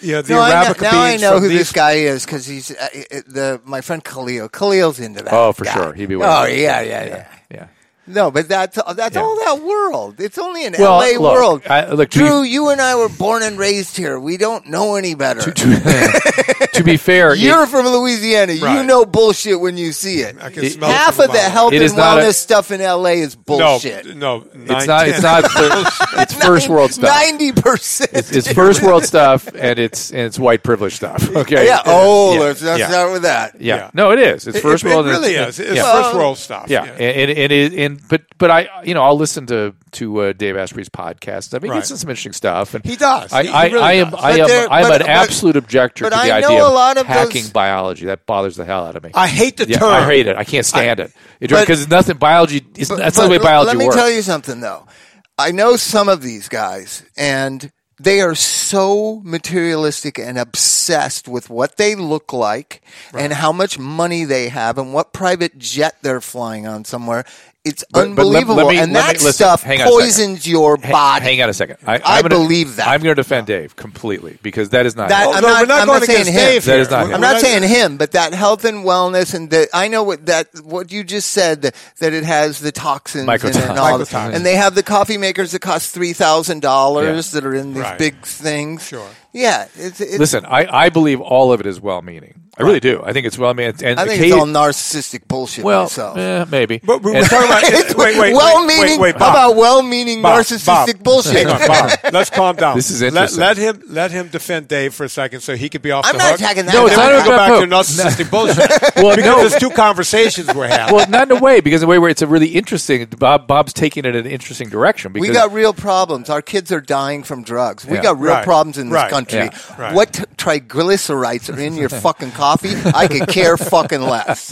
Speaker 3: you know, the
Speaker 4: No, I know-
Speaker 3: Arabica
Speaker 4: now I
Speaker 3: beans
Speaker 4: know
Speaker 3: from
Speaker 4: who
Speaker 3: these-
Speaker 4: this guy is because he's uh, uh, the my friend Khalil. Khalil's into that.
Speaker 2: Oh, for
Speaker 4: guy.
Speaker 2: sure. He'd be one.
Speaker 4: Oh yeah, yeah, yeah.
Speaker 2: yeah.
Speaker 4: No, but that's that's
Speaker 2: Yeah.
Speaker 4: all that world. It's only an
Speaker 2: Well,
Speaker 4: LA
Speaker 2: look,
Speaker 4: world.
Speaker 2: I- look, to
Speaker 4: Drew,
Speaker 2: be-
Speaker 4: you and I were born and raised here. We don't know any better.
Speaker 2: to, to be fair, it-
Speaker 4: You're from Louisiana. You
Speaker 3: Right.
Speaker 4: know bullshit when you see it.
Speaker 3: I can smell it
Speaker 4: Half
Speaker 3: from
Speaker 4: of the
Speaker 3: mile.
Speaker 4: health
Speaker 2: It
Speaker 4: and
Speaker 2: is not
Speaker 4: wellness
Speaker 2: a-
Speaker 4: stuff in LA is bullshit.
Speaker 3: No, no,
Speaker 2: it's not. It's not. thir- it's first world stuff.
Speaker 4: Ninety percent.
Speaker 2: It's, it's first world stuff, and it's and it's white privilege stuff. Okay.
Speaker 4: Yeah. Oh,
Speaker 2: Yeah.
Speaker 4: let's not
Speaker 2: Yeah.
Speaker 4: start with that.
Speaker 2: Yeah.
Speaker 3: Yeah.
Speaker 2: No, it is. It's first
Speaker 3: it,
Speaker 2: world.
Speaker 3: It
Speaker 2: and
Speaker 3: really
Speaker 2: it's-
Speaker 3: is. It's
Speaker 2: yeah.
Speaker 3: first world stuff.
Speaker 2: Yeah, and and, and, it, and but but I you know I'll listen to to uh, Dave Asprey's podcast. I mean, he
Speaker 3: Right.
Speaker 2: gets in some interesting stuff, and
Speaker 3: He does.
Speaker 2: I
Speaker 3: He- he
Speaker 2: I,
Speaker 3: really
Speaker 2: I am I
Speaker 3: does.
Speaker 4: But
Speaker 2: am
Speaker 4: there-
Speaker 2: I am
Speaker 4: but-
Speaker 2: an
Speaker 4: but-
Speaker 2: absolute objector
Speaker 4: but
Speaker 2: to the
Speaker 4: I know
Speaker 2: idea
Speaker 4: a lot of
Speaker 2: hacking
Speaker 4: those-
Speaker 2: biology. That bothers the hell out of me.
Speaker 3: I hate the
Speaker 2: yeah,
Speaker 3: term.
Speaker 2: I hate it. I can't stand it
Speaker 4: but-
Speaker 2: because nothing biology. It's, that's not the way
Speaker 4: But
Speaker 2: biology
Speaker 4: Let me
Speaker 2: works.
Speaker 4: tell you something though. I know some of these guys and they are so materialistic and obsessed with what they look like and how much money they have and what private jet they're flying on somewhere. It's
Speaker 2: But- but let- let
Speaker 4: unbelievable.
Speaker 2: me-
Speaker 4: and
Speaker 2: let
Speaker 4: that
Speaker 2: me- listen,
Speaker 4: stuff
Speaker 2: hang on a second.
Speaker 4: poisons your
Speaker 2: Ha-
Speaker 4: body.
Speaker 2: Hang on a second. I, I'm
Speaker 4: I
Speaker 2: gonna-
Speaker 4: believe that.
Speaker 2: I'm going to defend Dave completely because that is not.
Speaker 4: That-
Speaker 2: it.
Speaker 4: I'm
Speaker 3: no,
Speaker 4: not-
Speaker 3: we're not
Speaker 4: I'm
Speaker 3: going
Speaker 4: not saying
Speaker 3: against
Speaker 4: him.
Speaker 3: Dave.
Speaker 2: That
Speaker 3: here.
Speaker 2: is not
Speaker 3: We're
Speaker 2: him.
Speaker 4: I'm not saying him, but that health and wellness and the, I know what that what you just said that, that it has the toxins in it and all,
Speaker 3: Mycotoxins.
Speaker 4: and they have the coffee makers that cost three thousand dollars
Speaker 2: Yeah.
Speaker 4: that are in these
Speaker 3: Right.
Speaker 4: big things.
Speaker 3: Sure.
Speaker 4: Yeah. It's, it's,
Speaker 2: Listen, I, I believe all of it is well-meaning. I really do. I think it's well-meaning. And
Speaker 4: I think
Speaker 2: occasion-
Speaker 4: it's all narcissistic bullshit.
Speaker 2: well,
Speaker 4: myself.
Speaker 2: eh, maybe.
Speaker 3: But we were
Speaker 2: And-
Speaker 3: talking about wait, wait, wait,
Speaker 4: well-meaning.
Speaker 3: Wait, wait,
Speaker 4: how
Speaker 3: Bob.
Speaker 4: about well-meaning
Speaker 3: Bob,
Speaker 4: narcissistic
Speaker 3: Bob. Hang
Speaker 4: bullshit?
Speaker 3: on, Bob. Let's calm down.
Speaker 2: This is
Speaker 3: Let-
Speaker 2: interesting.
Speaker 3: Let, him let him defend Dave for a second, so he could be off
Speaker 4: I'm
Speaker 3: the
Speaker 4: not
Speaker 3: hook.
Speaker 4: attacking that
Speaker 2: No, it's
Speaker 3: Then
Speaker 2: not
Speaker 3: we
Speaker 2: even
Speaker 3: go
Speaker 2: about
Speaker 3: back
Speaker 2: poop.
Speaker 3: to narcissistic bullshit.
Speaker 2: Well,
Speaker 3: because
Speaker 2: no.
Speaker 3: there's two conversations we're having.
Speaker 2: well, not in a way because in a way where it's a really interesting. Bob Bob's taking it in an interesting direction. Because
Speaker 4: We got real problems. Our kids are dying from drugs. We
Speaker 2: Yeah.
Speaker 4: got real
Speaker 3: Right.
Speaker 4: problems in this
Speaker 3: Right.
Speaker 4: country.
Speaker 2: Yeah.
Speaker 3: Right.
Speaker 4: What t- triglycerides are in your fucking coffee? I could care fucking less.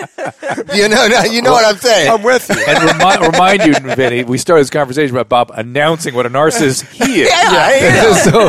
Speaker 4: You know, you know what I'm saying?
Speaker 3: I'm with you.
Speaker 2: and remi- remind you, Vinny, we started this conversation about Bob announcing what a narcissist he is.
Speaker 4: Yeah, yeah.
Speaker 2: so,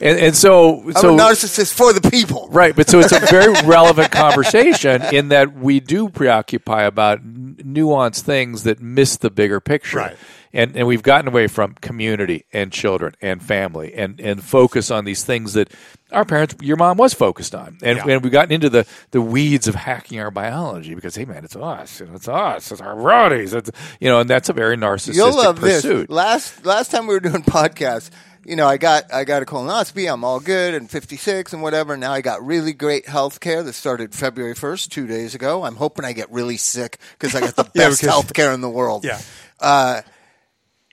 Speaker 2: and, and so,
Speaker 4: I'm
Speaker 2: so
Speaker 4: a narcissist for the people.
Speaker 2: Right, but so it's a very relevant conversation in that we do preoccupy about n- nuanced things that miss the bigger picture.
Speaker 3: Right.
Speaker 2: And and we've gotten away from community and children and family and and focus on these things that our parents your mom was focused on. And
Speaker 3: Yeah.
Speaker 2: and we've gotten into the the weeds of hacking our biology because hey man, it's us. you know, It's us. It's our bodies. It's you know, and that's a very narcissistic
Speaker 4: You'll love
Speaker 2: pursuit.
Speaker 4: this. Last last time we were doing podcasts, you know, I got I got a colonoscopy. I'm all good and 56 and whatever. Now I got really great health care that started February 1st, two days ago. I'm hoping I get really sick because I got the
Speaker 3: Yeah,
Speaker 4: best
Speaker 3: because-
Speaker 4: health care in the world.
Speaker 3: Yeah.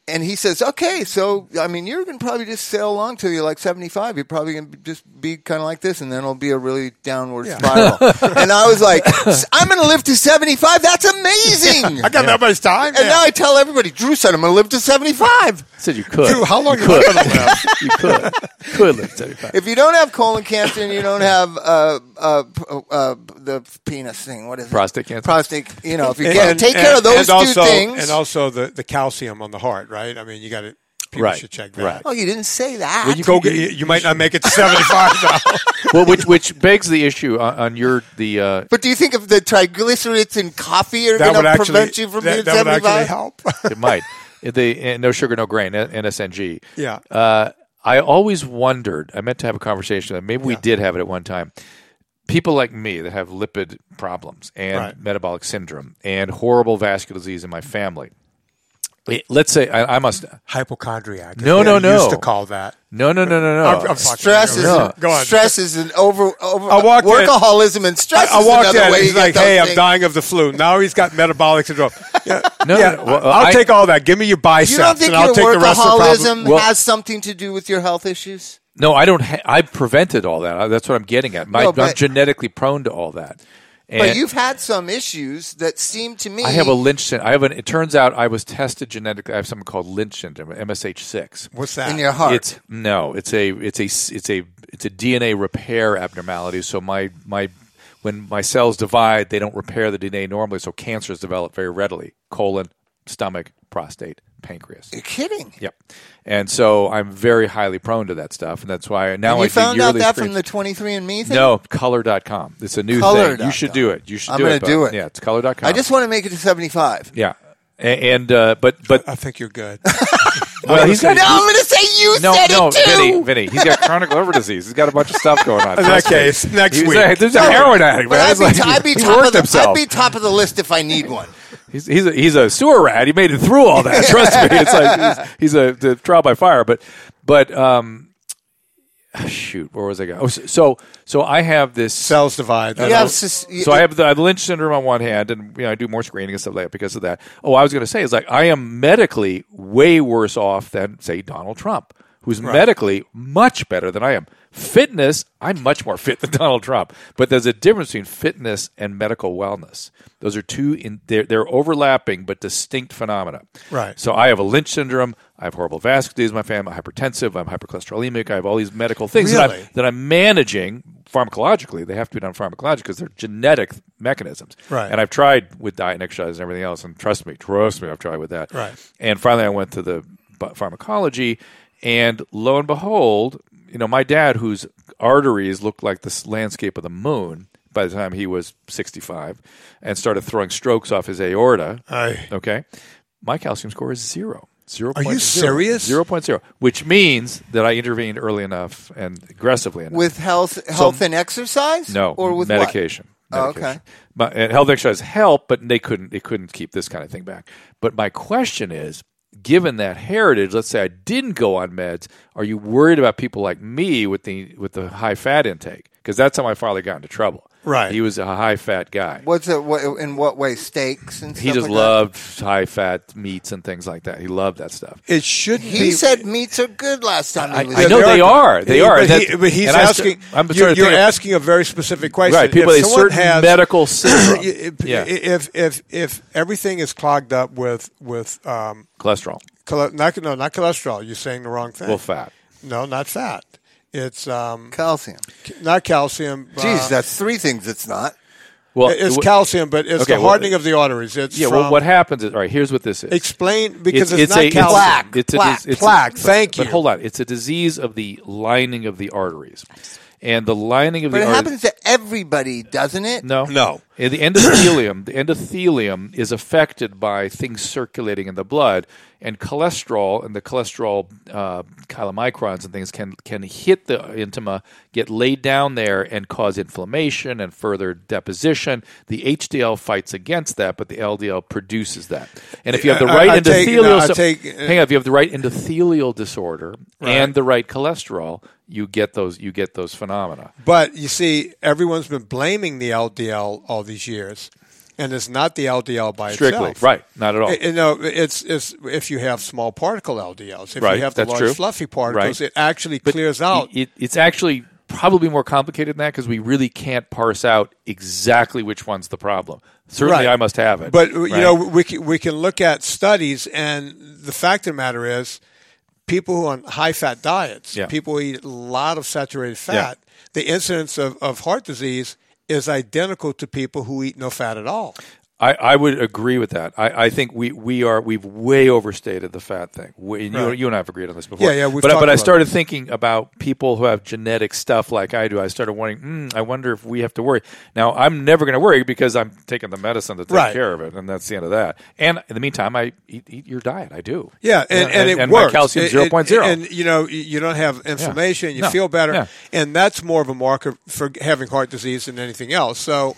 Speaker 4: and he says, "Okay, so I mean, you're gonna probably just sail along till you're like 75. You're probably gonna be- just be kind of like this, and then it'll be a really downward spiral." and I was like, "S- "I'm gonna live to 75. That's amazing!"
Speaker 3: I got that much time.
Speaker 4: and
Speaker 3: Yeah.
Speaker 4: now I tell everybody, Drew said, "I'm gonna live to 75."
Speaker 2: I said you could.
Speaker 3: Drew, how long
Speaker 2: you
Speaker 3: you
Speaker 2: could.
Speaker 3: gonna live?
Speaker 2: you could. Could live 75.
Speaker 4: If you don't have colon cancer and you don't have uh, uh, p- uh, the penis thing, what is it?
Speaker 2: Prostate cancer.
Speaker 4: Prostate. You know, if you get, take care of
Speaker 3: and
Speaker 4: those two
Speaker 3: also,
Speaker 4: things.
Speaker 3: and also the, the calcium on the heart. Right? I mean, you got to people
Speaker 2: Right,
Speaker 3: should check that.
Speaker 2: right.
Speaker 4: oh, you didn't say that.
Speaker 2: Well, you
Speaker 3: Go get, you, you might not make it to 75 now.
Speaker 2: well, which which begs the issue on, on your the uh,
Speaker 4: But do you think if the triglycerides in coffee are
Speaker 3: That
Speaker 4: going
Speaker 3: would
Speaker 4: to
Speaker 3: actually
Speaker 4: prevent you from
Speaker 3: that,
Speaker 4: being
Speaker 3: that would actually
Speaker 4: 75?
Speaker 3: help.
Speaker 2: it might the uh, no sugar no grain uh, NSNG.
Speaker 3: Yeah.
Speaker 2: Uh, I always wondered. I meant to have a conversation. and Maybe we did have it at one time. People like me that have lipid problems and
Speaker 3: Right.
Speaker 2: metabolic syndrome and horrible vascular disease in my family. It- let's say I, I must.
Speaker 3: Hypochondriac. is
Speaker 2: No,
Speaker 3: what
Speaker 2: no,
Speaker 3: I Used
Speaker 2: no.
Speaker 3: to call that.
Speaker 2: No, no, no, no, no.
Speaker 3: I'm- I'm fucking-
Speaker 4: Stress is
Speaker 2: No.
Speaker 3: Go on.
Speaker 4: stress is an over, over
Speaker 3: I walked in-
Speaker 4: workaholism and stress
Speaker 3: I
Speaker 4: is
Speaker 3: walked
Speaker 4: another
Speaker 3: in.
Speaker 4: way
Speaker 3: He's
Speaker 4: to get
Speaker 3: like,
Speaker 4: those
Speaker 3: "Hey, I'm
Speaker 4: things.
Speaker 3: dying of the flu." Now he's got metabolic syndrome. Yeah,
Speaker 2: No,
Speaker 3: yeah,
Speaker 2: no, well,
Speaker 3: I'll
Speaker 2: I-
Speaker 3: take all that. Give me your biceps,
Speaker 4: You don't think
Speaker 3: and I'll
Speaker 4: your
Speaker 3: take the rest of the problem.
Speaker 4: workaholism
Speaker 2: Well-
Speaker 4: has something to do with your health issues?
Speaker 2: No, I don't. Ha- I prevented all that. I- That's what I'm getting at. My,
Speaker 4: No, but-
Speaker 2: I'm genetically prone to all that. And
Speaker 4: But you've had some issues that seem to me
Speaker 2: I have a Lynch syndrome. I have an. It turns out I was tested genetically. I have something called Lynch syndrome, MSH six.
Speaker 3: What's that?
Speaker 4: in your heart.
Speaker 2: It's no. It's a. It's a. s- It's a. It's a DNA repair abnormality. So my my when my cells divide, they don't repair the DNA normally. So cancers develop very readily: colon, stomach, prostate, pancreas.
Speaker 4: You're kidding.
Speaker 2: Yep. And so I'm very highly prone to that stuff, and that's why now
Speaker 4: And
Speaker 2: I
Speaker 4: you
Speaker 2: do
Speaker 4: found out
Speaker 2: yearly
Speaker 4: that
Speaker 2: screenings.
Speaker 4: from the 23andMe thing?
Speaker 2: No, color.com. It's a new thing.
Speaker 4: Color.com.
Speaker 2: You should do it. You should
Speaker 4: I'm
Speaker 2: do
Speaker 4: gonna
Speaker 2: it.
Speaker 4: do
Speaker 2: Bob.
Speaker 4: it.
Speaker 2: Yeah, it's color.com.
Speaker 4: I just want to make it to 75.
Speaker 2: yeah. A- And uh, but but
Speaker 3: I think you're good.
Speaker 2: well, he's got
Speaker 4: No, I'm going to say you
Speaker 2: no
Speaker 4: said
Speaker 2: no
Speaker 4: it too.
Speaker 2: Vinny Vinny he's got chronic liver disease. He's got a bunch of stuff going on.
Speaker 3: In that
Speaker 2: Trust me.
Speaker 3: case, next
Speaker 2: He's
Speaker 3: week.
Speaker 2: a- there's a heroin addict.
Speaker 4: But
Speaker 2: Man.
Speaker 4: I'd
Speaker 2: It's
Speaker 4: be,
Speaker 2: like,
Speaker 4: I'd, be
Speaker 2: he
Speaker 4: top
Speaker 2: worked
Speaker 4: of the, I'd
Speaker 2: himself.
Speaker 4: be top of the list if I need one.
Speaker 2: he's he's a, he's a sewer rat. He made it through all that. Trust me, it's like he's, he's a the trial by fire. But but um, shoot, where was I going? Oh, so- so so I have this
Speaker 3: Cells divide.
Speaker 4: You have sus-
Speaker 2: so I have the I have Lynch syndrome on one hand, and you know I do more screening and stuff like that because of that. Oh, I was going to say is like I am medically way worse off than say Donald Trump, who's medically much better than I am. Fitness, I'm much more fit than Donald Trump, but there's a difference between fitness and medical wellness. Those are two in they're, they're overlapping but distinct phenomena.
Speaker 3: Right.
Speaker 2: So I have a Lynch syndrome. I have horrible vascular disease in my family. I'm hypertensive. I'm hypercholesterolemic. I have all these medical things that,
Speaker 3: Really?
Speaker 2: I'm, that I'm managing pharmacologically. They have to be done pharmacologically because they're genetic mechanisms.
Speaker 3: Right.
Speaker 2: And I've tried with diet and exercise and everything else. And trust me, trust me, I've tried with that.
Speaker 3: Right.
Speaker 2: And finally, I went to the bu- pharmacology, and lo and behold, you know, my dad, whose arteries looked like the s- landscape of the moon by the time he was 65 and started throwing strokes off his aorta.
Speaker 3: Aye.
Speaker 2: Okay. My calcium score is zero. Zero.
Speaker 3: Are you serious?
Speaker 2: Zero point zero, which means that I intervened early enough and aggressively enough.
Speaker 4: with health, health and exercise,
Speaker 2: no,
Speaker 4: or with what?
Speaker 2: medication.
Speaker 4: Oh,
Speaker 2: medication.
Speaker 4: okay.
Speaker 2: My, and health exercise help, but they couldn't. They couldn't keep this kind of thing back. But my question is, given that heritage, let's say I didn't go on meds, are you worried about people like me with the with the high fat intake? Because that's how my father got into trouble.
Speaker 3: Right.
Speaker 2: He was a high fat guy.
Speaker 4: What's it? What, in what way? Steaks and stuff.
Speaker 2: He just
Speaker 4: like that?
Speaker 2: loved high fat meats and things like that. He loved that stuff.
Speaker 3: It should
Speaker 4: He
Speaker 3: be.
Speaker 4: said meats are good last time.
Speaker 2: I-
Speaker 4: he was
Speaker 2: I know
Speaker 4: here.
Speaker 2: they are. They are.
Speaker 3: But, he-
Speaker 2: That-
Speaker 3: but he's
Speaker 2: and I st-
Speaker 3: asking.
Speaker 2: I'm
Speaker 3: you-
Speaker 2: trying to
Speaker 3: you're
Speaker 2: think of-
Speaker 3: asking a very specific question.
Speaker 2: Right, people
Speaker 3: If
Speaker 2: that
Speaker 3: someone
Speaker 2: certain
Speaker 3: has-
Speaker 2: medical syndrome.
Speaker 3: if,
Speaker 2: Yeah.
Speaker 3: if if if everything is clogged up with with um,
Speaker 2: Cholesterol.
Speaker 3: chole- not, no not cholesterol, you're saying the wrong thing.
Speaker 2: Well, fat.
Speaker 3: No, not fat. It's um,
Speaker 4: calcium.
Speaker 3: not calcium. uh,
Speaker 4: Jeez, that's three things. It's not.
Speaker 2: Well,
Speaker 3: it's
Speaker 2: wh-
Speaker 3: calcium, but it's
Speaker 2: Okay,
Speaker 3: the
Speaker 2: well,
Speaker 3: hardening of the arteries. It's
Speaker 2: Yeah,
Speaker 3: from,
Speaker 2: well, what happens is all right. Here's what this is.
Speaker 3: Explain because it's,
Speaker 2: It's- it's
Speaker 3: not
Speaker 2: a- it's a-
Speaker 3: calcium.
Speaker 2: Plaque, it's a- plaque, it's a-
Speaker 3: plaque. Thank you.
Speaker 2: but hold on, it's a disease of the lining of the arteries, and the lining of
Speaker 4: But
Speaker 2: the
Speaker 4: it
Speaker 2: arteries.
Speaker 4: happens to everybody, doesn't it?
Speaker 2: No,
Speaker 3: No.
Speaker 2: And the endothelium, the endothelium is affected by things circulating in the blood, and cholesterol and the cholesterol uh, chylomicrons and things can can hit the intima, get laid down there, and cause inflammation and further deposition. The HDL fights against that, but the LDL produces that. And if you have the
Speaker 3: I-
Speaker 2: right
Speaker 3: I take- no,
Speaker 2: endothelial,
Speaker 3: I
Speaker 2: so-
Speaker 3: take- uh,
Speaker 2: hang on, if you have the right endothelial disorder and the right cholesterol, you get those you get those phenomena.
Speaker 3: But you see, everyone's been blaming the LDL all these years, and it's not the LDL by
Speaker 2: Strictly,
Speaker 3: itself. Eh,
Speaker 2: right? Not at all.
Speaker 3: You know, it's, it's if you have small particle LDLs, if
Speaker 2: Right,
Speaker 3: you have the
Speaker 2: that's
Speaker 3: large
Speaker 2: true.
Speaker 3: fluffy particles,
Speaker 2: Right.
Speaker 3: it actually
Speaker 2: But
Speaker 3: clears out.
Speaker 2: It, it- it's actually probably more complicated than that because we really can't parse out exactly which one's the problem. Certainly,
Speaker 3: Right.
Speaker 2: I must have it.
Speaker 3: But you
Speaker 2: right?
Speaker 3: know, we can, we can look at studies, and the fact of the matter is, people who are on high fat diets,
Speaker 2: Yeah.
Speaker 3: people who eat a lot of saturated fat, the incidence of, of heart disease is identical to people who eat no fat at all.
Speaker 2: I, I would agree with that. I, I think we, we are we've way overstated the fat thing. We, and you,
Speaker 3: Right.
Speaker 2: you and I have agreed on this before.
Speaker 3: Yeah, yeah, we've
Speaker 2: but I-
Speaker 3: talked
Speaker 2: but I
Speaker 3: about
Speaker 2: started thinking about people who have genetic stuff like I do. I started wondering. Mm, I wonder if we have to worry. Now I'm never going to worry because I'm taking the medicine to take
Speaker 3: Right.
Speaker 2: care of it, and that's the end of that. And in the meantime, I eat, eat your diet. I do.
Speaker 3: Yeah, and, and, it
Speaker 2: and
Speaker 3: works.
Speaker 2: my calcium
Speaker 3: It-
Speaker 2: zero point zero.
Speaker 3: it- And you know, y- you don't have inflammation. You
Speaker 2: No.
Speaker 3: feel better,
Speaker 2: Yeah.
Speaker 3: and that's more of a marker for having heart disease than anything else. So,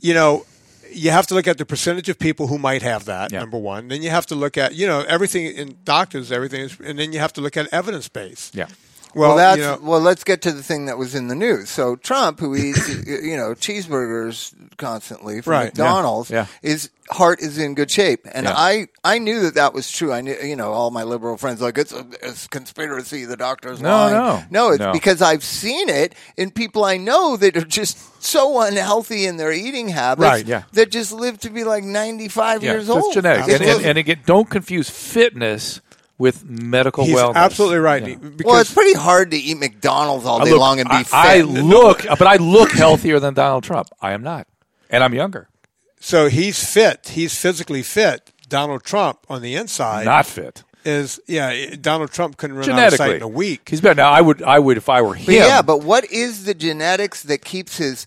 Speaker 3: you know, you have to look at the percentage of people who might have that.
Speaker 2: Yeah.
Speaker 3: Number one. Then you have to look at you know everything in doctors, everything, is, and then you have to look at evidence base.
Speaker 2: Yeah.
Speaker 3: Well,
Speaker 4: that's
Speaker 3: you know-
Speaker 4: well. Let's get to the thing that was in the news. So Trump, who eats you know cheeseburgers constantly from
Speaker 3: Right, yeah,
Speaker 4: McDonald's,
Speaker 2: yeah.
Speaker 4: his heart is in good shape, and
Speaker 2: Yeah.
Speaker 4: I I knew that that was true. I knew you know all my liberal friends like it's a, it's conspiracy. The doctor's
Speaker 2: No,
Speaker 4: lying.
Speaker 2: no.
Speaker 4: no, it's
Speaker 2: No.
Speaker 4: because I've seen it in people I know that are just so unhealthy in their eating habits.
Speaker 3: Right,
Speaker 2: yeah.
Speaker 4: that just live to be like ninety five years
Speaker 2: so
Speaker 4: old.
Speaker 2: It's genetics. And, and,
Speaker 4: Absolutely.
Speaker 2: and again, don't confuse fitness with medical
Speaker 3: he's
Speaker 2: wellness.
Speaker 3: absolutely right. Because
Speaker 4: well, it's pretty hard to eat McDonald's all
Speaker 2: I
Speaker 4: day
Speaker 2: Uh, look-
Speaker 4: long and be
Speaker 2: I,
Speaker 4: fit.
Speaker 2: I look, but I look healthier than Donald Trump. I am not, and I'm younger.
Speaker 3: so he's fit. He's physically fit. Donald Trump on the inside
Speaker 2: Not fit.
Speaker 3: is yeah. Donald Trump couldn't run out of sight
Speaker 2: Genetically,
Speaker 3: in a week.
Speaker 2: He's better now. I would, I would, if I were
Speaker 4: But
Speaker 2: him.
Speaker 4: yeah, but what is the genetics that keeps his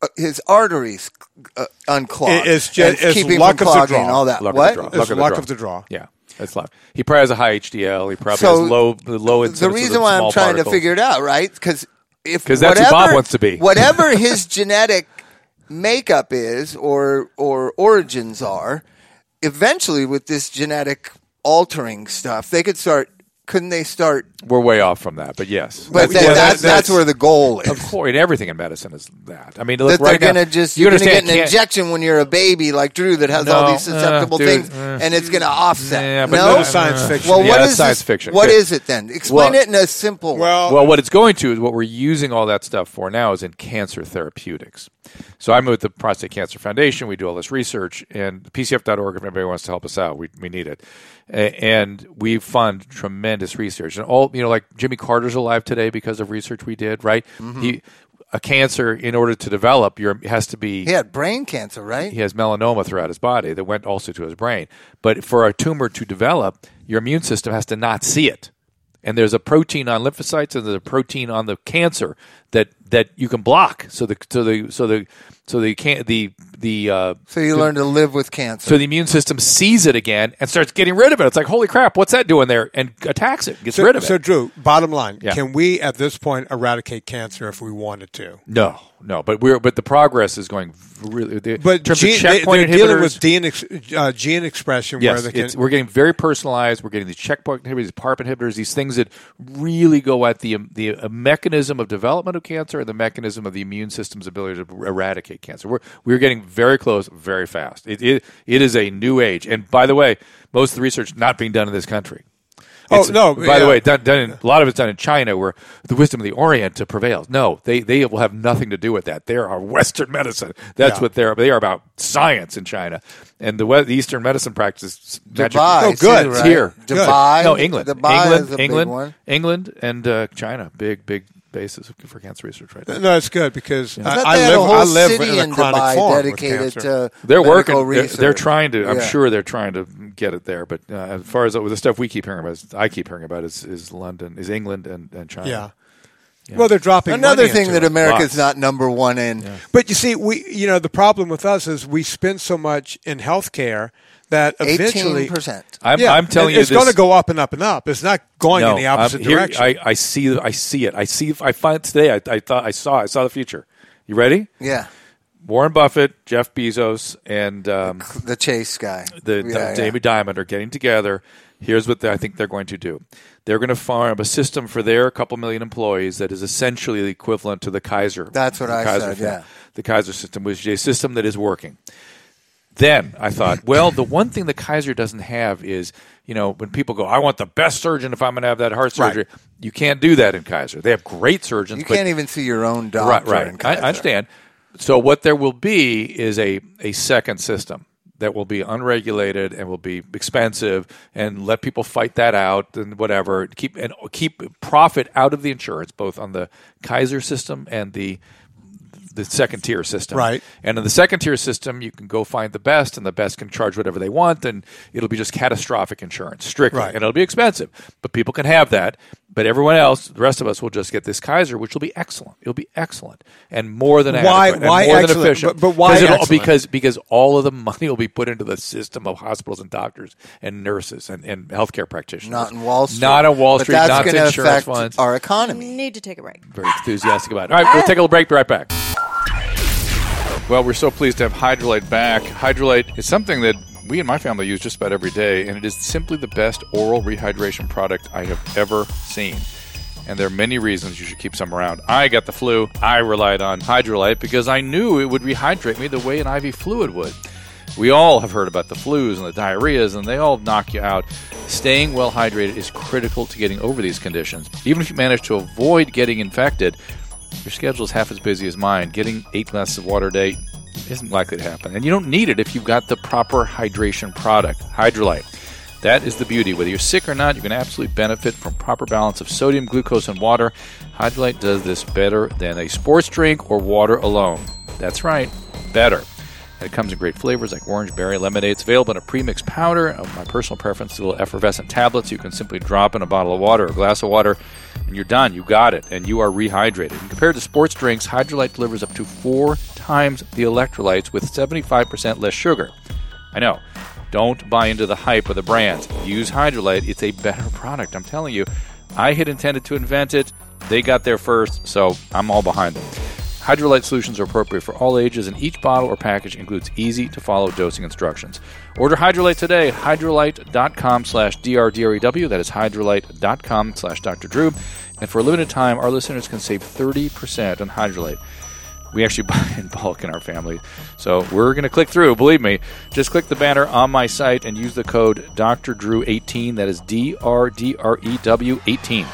Speaker 4: uh, his arteries uh, unclogged?
Speaker 3: It- it's ju-
Speaker 4: and
Speaker 3: it's
Speaker 4: keep him
Speaker 3: luck
Speaker 4: from
Speaker 3: of the
Speaker 4: clogging
Speaker 3: draw.
Speaker 4: and all that.
Speaker 2: Luck of
Speaker 4: what?
Speaker 2: the draw.
Speaker 3: It's
Speaker 2: Luck of the
Speaker 3: luck
Speaker 2: draw.
Speaker 3: of the draw.
Speaker 2: Yeah, that's luck. He probably has a high HDL. He probably
Speaker 4: So,
Speaker 2: has low, low incidence.
Speaker 4: The reason why I'm trying to
Speaker 2: it.
Speaker 4: figure it out, right? Because if
Speaker 2: 'Cause that's who
Speaker 4: whatever,
Speaker 2: Bob wants to be.
Speaker 4: whatever his genetic makeup is or or origins are, eventually with this genetic altering stuff, they could start. Couldn't they start?
Speaker 2: We're way off from that, but yes.
Speaker 4: But
Speaker 2: That's-
Speaker 4: that,
Speaker 3: yeah,
Speaker 4: that's, that's,
Speaker 3: that- that's-
Speaker 4: where the goal is.
Speaker 2: of course, and everything in medicine is that. I mean, look,
Speaker 4: That
Speaker 2: right
Speaker 4: they're
Speaker 2: now,
Speaker 4: gonna just
Speaker 2: you
Speaker 4: you're gonna
Speaker 2: understand,
Speaker 4: get an
Speaker 2: can't-
Speaker 4: injection when you're a baby like Drew that has
Speaker 2: No,
Speaker 4: all these
Speaker 2: uh,
Speaker 4: susceptible
Speaker 2: dude,
Speaker 4: things,
Speaker 2: uh,
Speaker 4: and it's gonna offset.
Speaker 2: Yeah, but
Speaker 4: no,
Speaker 2: that's
Speaker 3: science fiction.
Speaker 4: Well,
Speaker 2: Yeah,
Speaker 4: what
Speaker 2: that's
Speaker 4: is
Speaker 2: science
Speaker 4: this-
Speaker 2: fiction.
Speaker 4: What
Speaker 2: Good.
Speaker 4: is it then? Explain
Speaker 2: Well-
Speaker 4: it in a simple.
Speaker 3: Well,
Speaker 2: Well, what it's going to is what we're using all that stuff for now is in cancer therapeutics. So I'm with the Prostate Cancer Foundation. We do all this research, and PCF.org, if anybody wants to help us out, we, we need it. A- And we fund tremendous research. And all, you know, like Jimmy Carter's alive today because of research we did, right? He, a cancer, in order to develop, your has to be
Speaker 4: he had brain cancer, right?
Speaker 2: he has melanoma throughout his body that went also to his brain. But for a tumor to develop, your immune system has to not see it. And there's a protein on lymphocytes and there's a protein on the cancer that, that you can block. So the so the so the so the can the the uh,
Speaker 4: So you learn to live with cancer.
Speaker 2: so the immune system sees it again and starts getting rid of it. It's like holy crap, what's that doing there? And attacks it, gets
Speaker 3: so,
Speaker 2: rid of
Speaker 3: so
Speaker 2: it.
Speaker 3: Drew, bottom line,
Speaker 2: Yeah.
Speaker 3: can we at this point eradicate cancer if we wanted to?
Speaker 2: No, no, but we're but the progress is going really. the- in
Speaker 3: But
Speaker 2: terms
Speaker 3: gene,
Speaker 2: of checkpoint
Speaker 3: they, are dealing
Speaker 2: inhibitors-
Speaker 3: with gene, ex, uh, gene expression where
Speaker 2: Yes,
Speaker 3: they can.
Speaker 2: it's, we're getting very personalized. We're getting these checkpoint inhibitors, these PARP inhibitors, these things that really go at the the uh, mechanism of development of cancer and the mechanism of the immune system's ability to eradicate cancer. We're we're getting very close, very fast. It it, it is a new age. And by the way, most of the research not being done in this country.
Speaker 3: Oh, no,
Speaker 2: By the
Speaker 3: yeah.
Speaker 2: way, done, done in, a lot of it's done in China, where the wisdom of the Orient to prevails. No, they they will have nothing to do with that. They are Western medicine. That's
Speaker 3: Yeah.
Speaker 2: what they're they are about science in China, and the, we- the Eastern medicine practice magic-
Speaker 4: Dubai,
Speaker 3: Oh, good.
Speaker 4: too,
Speaker 2: It's
Speaker 4: right?
Speaker 2: here.
Speaker 4: Dubai.
Speaker 2: No, England.
Speaker 4: Dubai
Speaker 2: England,
Speaker 4: is a big
Speaker 2: England,
Speaker 4: one.
Speaker 2: England, and uh, China. Big, big bases for cancer research
Speaker 4: Uh,
Speaker 2: right now.
Speaker 3: no, it's good because
Speaker 4: I thought
Speaker 3: I, I
Speaker 4: they had
Speaker 3: live.
Speaker 4: a whole
Speaker 3: I live
Speaker 4: city
Speaker 3: in a chronic
Speaker 4: Dubai
Speaker 3: form with
Speaker 4: dedicated
Speaker 3: cancer.
Speaker 4: to
Speaker 2: They're
Speaker 4: medical
Speaker 2: working. They're,
Speaker 4: Research.
Speaker 2: they're trying to. I'm
Speaker 4: Yeah.
Speaker 2: sure they're trying to get it there. But uh, as far as the stuff we keep hearing about, is, I keep hearing about is, is London, is England, and, and China.
Speaker 3: yeah. Well, they're dropping
Speaker 4: Another
Speaker 3: money
Speaker 4: thing
Speaker 3: into
Speaker 4: that
Speaker 3: it.
Speaker 4: America's
Speaker 2: Lots.
Speaker 4: not number one in.
Speaker 3: But you see, we you know the problem with us is we spend so much in healthcare that eventually
Speaker 4: Eighteen percent.
Speaker 2: I'm, I'm telling
Speaker 3: it-
Speaker 2: you,
Speaker 3: it's going to
Speaker 2: this-
Speaker 3: go up and up and up. It's not going in
Speaker 2: No,
Speaker 3: the opposite
Speaker 2: I'm here-
Speaker 3: direction.
Speaker 2: I, I see. I see it. I see. I find today. I, I thought. I saw. I saw the future. You ready?
Speaker 4: Yeah,
Speaker 2: Warren Buffett, Jeff Bezos, and um,
Speaker 4: the Chase guy.
Speaker 2: the,
Speaker 4: yeah, yeah.
Speaker 2: the David Diamond are getting together. Here's what they, I think they're going to do. They're going to farm a system for their couple million employees that is essentially the equivalent to the Kaiser.
Speaker 4: That's what
Speaker 2: the
Speaker 4: I
Speaker 2: Kaiser
Speaker 4: said,
Speaker 2: thing.
Speaker 4: yeah.
Speaker 2: the Kaiser system, which is a system that is working. Then I thought, well, the one thing the Kaiser doesn't have is, you know, when people go, I want the best surgeon if I'm going to have that heart surgery. You can't do that in Kaiser. They have great surgeons.
Speaker 4: You
Speaker 2: but
Speaker 4: can't even see your own doctor.
Speaker 2: Right,
Speaker 4: in
Speaker 2: right. I, I
Speaker 4: Kaiser.
Speaker 2: understand. So what there will be is a, a second system that will be unregulated and will be expensive and let people fight that out and whatever keep and keep profit out of the insurance both on the Kaiser system and the the second tier system.
Speaker 3: Right.
Speaker 2: And in the second tier system, you can go find the best, and the best can charge whatever they want, and it'll be just catastrophic insurance, strictly.
Speaker 3: Right.
Speaker 2: And it'll be expensive, but people can have that. But everyone else, the rest of us, will just get this Kaiser, which will be excellent. It'll be excellent and more than
Speaker 3: Why-
Speaker 2: adequate and
Speaker 3: why
Speaker 2: more
Speaker 3: excellent?
Speaker 2: than efficient.
Speaker 3: But- but why
Speaker 2: 'Cause it'll-
Speaker 3: excellent?
Speaker 2: Because because all of the money will be put into the system of hospitals and doctors and nurses and, and healthcare practitioners.
Speaker 4: Not in Wall Street.
Speaker 2: Not on Wall
Speaker 4: But
Speaker 2: Street.
Speaker 4: That's
Speaker 2: not
Speaker 4: gonna
Speaker 2: to insurance
Speaker 4: affect
Speaker 2: funds.
Speaker 4: our economy.
Speaker 6: Need to take a break.
Speaker 2: very enthusiastic about it. All right, we'll take a little break. Be right back. Well, we're so pleased to have Hydrolite back. Hydrolite is something that we and my family use just about every day, and it is simply the best oral rehydration product I have ever seen. And there are many reasons you should keep some around. I got the flu. I relied on Hydrolite because I knew it would rehydrate me the way an IV fluid would. We all have heard about the flus and the diarrheas, and they all knock you out. Staying well hydrated is critical to getting over these conditions. Even if you manage to avoid getting infected, your schedule is half as busy as mine. Getting eight glasses of water a day isn't likely to happen, and you don't need it if you've got the proper hydration product, Hydrolite. That is the beauty. Whether you're sick or not, you can absolutely benefit from proper balance of sodium, glucose, and water. Hydrolite does this better than a sports drink or water alone. That's right, better. And it comes in great flavors like orange, berry, lemonade. It's available in a premixed powder. Uh, My personal preference is little effervescent tablets. You can simply drop in a bottle of water or a glass of water, and you're done. You got it, and you are rehydrated. And compared to sports drinks, Hydrolite delivers up to four times the electrolytes with 75% less sugar. I know. Don't buy into the hype of the brands. Use Hydrolite. It's a better product. I'm telling you. I had intended to invent it. They got there first, so I'm all behind them. Hydrolyte solutions are appropriate for all ages, and each bottle or package includes easy-to-follow dosing instructions. Order Hydrolyte today, hydrolyte.com slash DRDREW. E That is hydrolyte.com slash Dr. Drew. And for a limited time, our listeners can save 30% on Hydrolyte. We actually buy in bulk in our family. So we're going to click through, believe me. Just click the banner on my site and use the code Dr. Drew18. That is D R D R E W 18.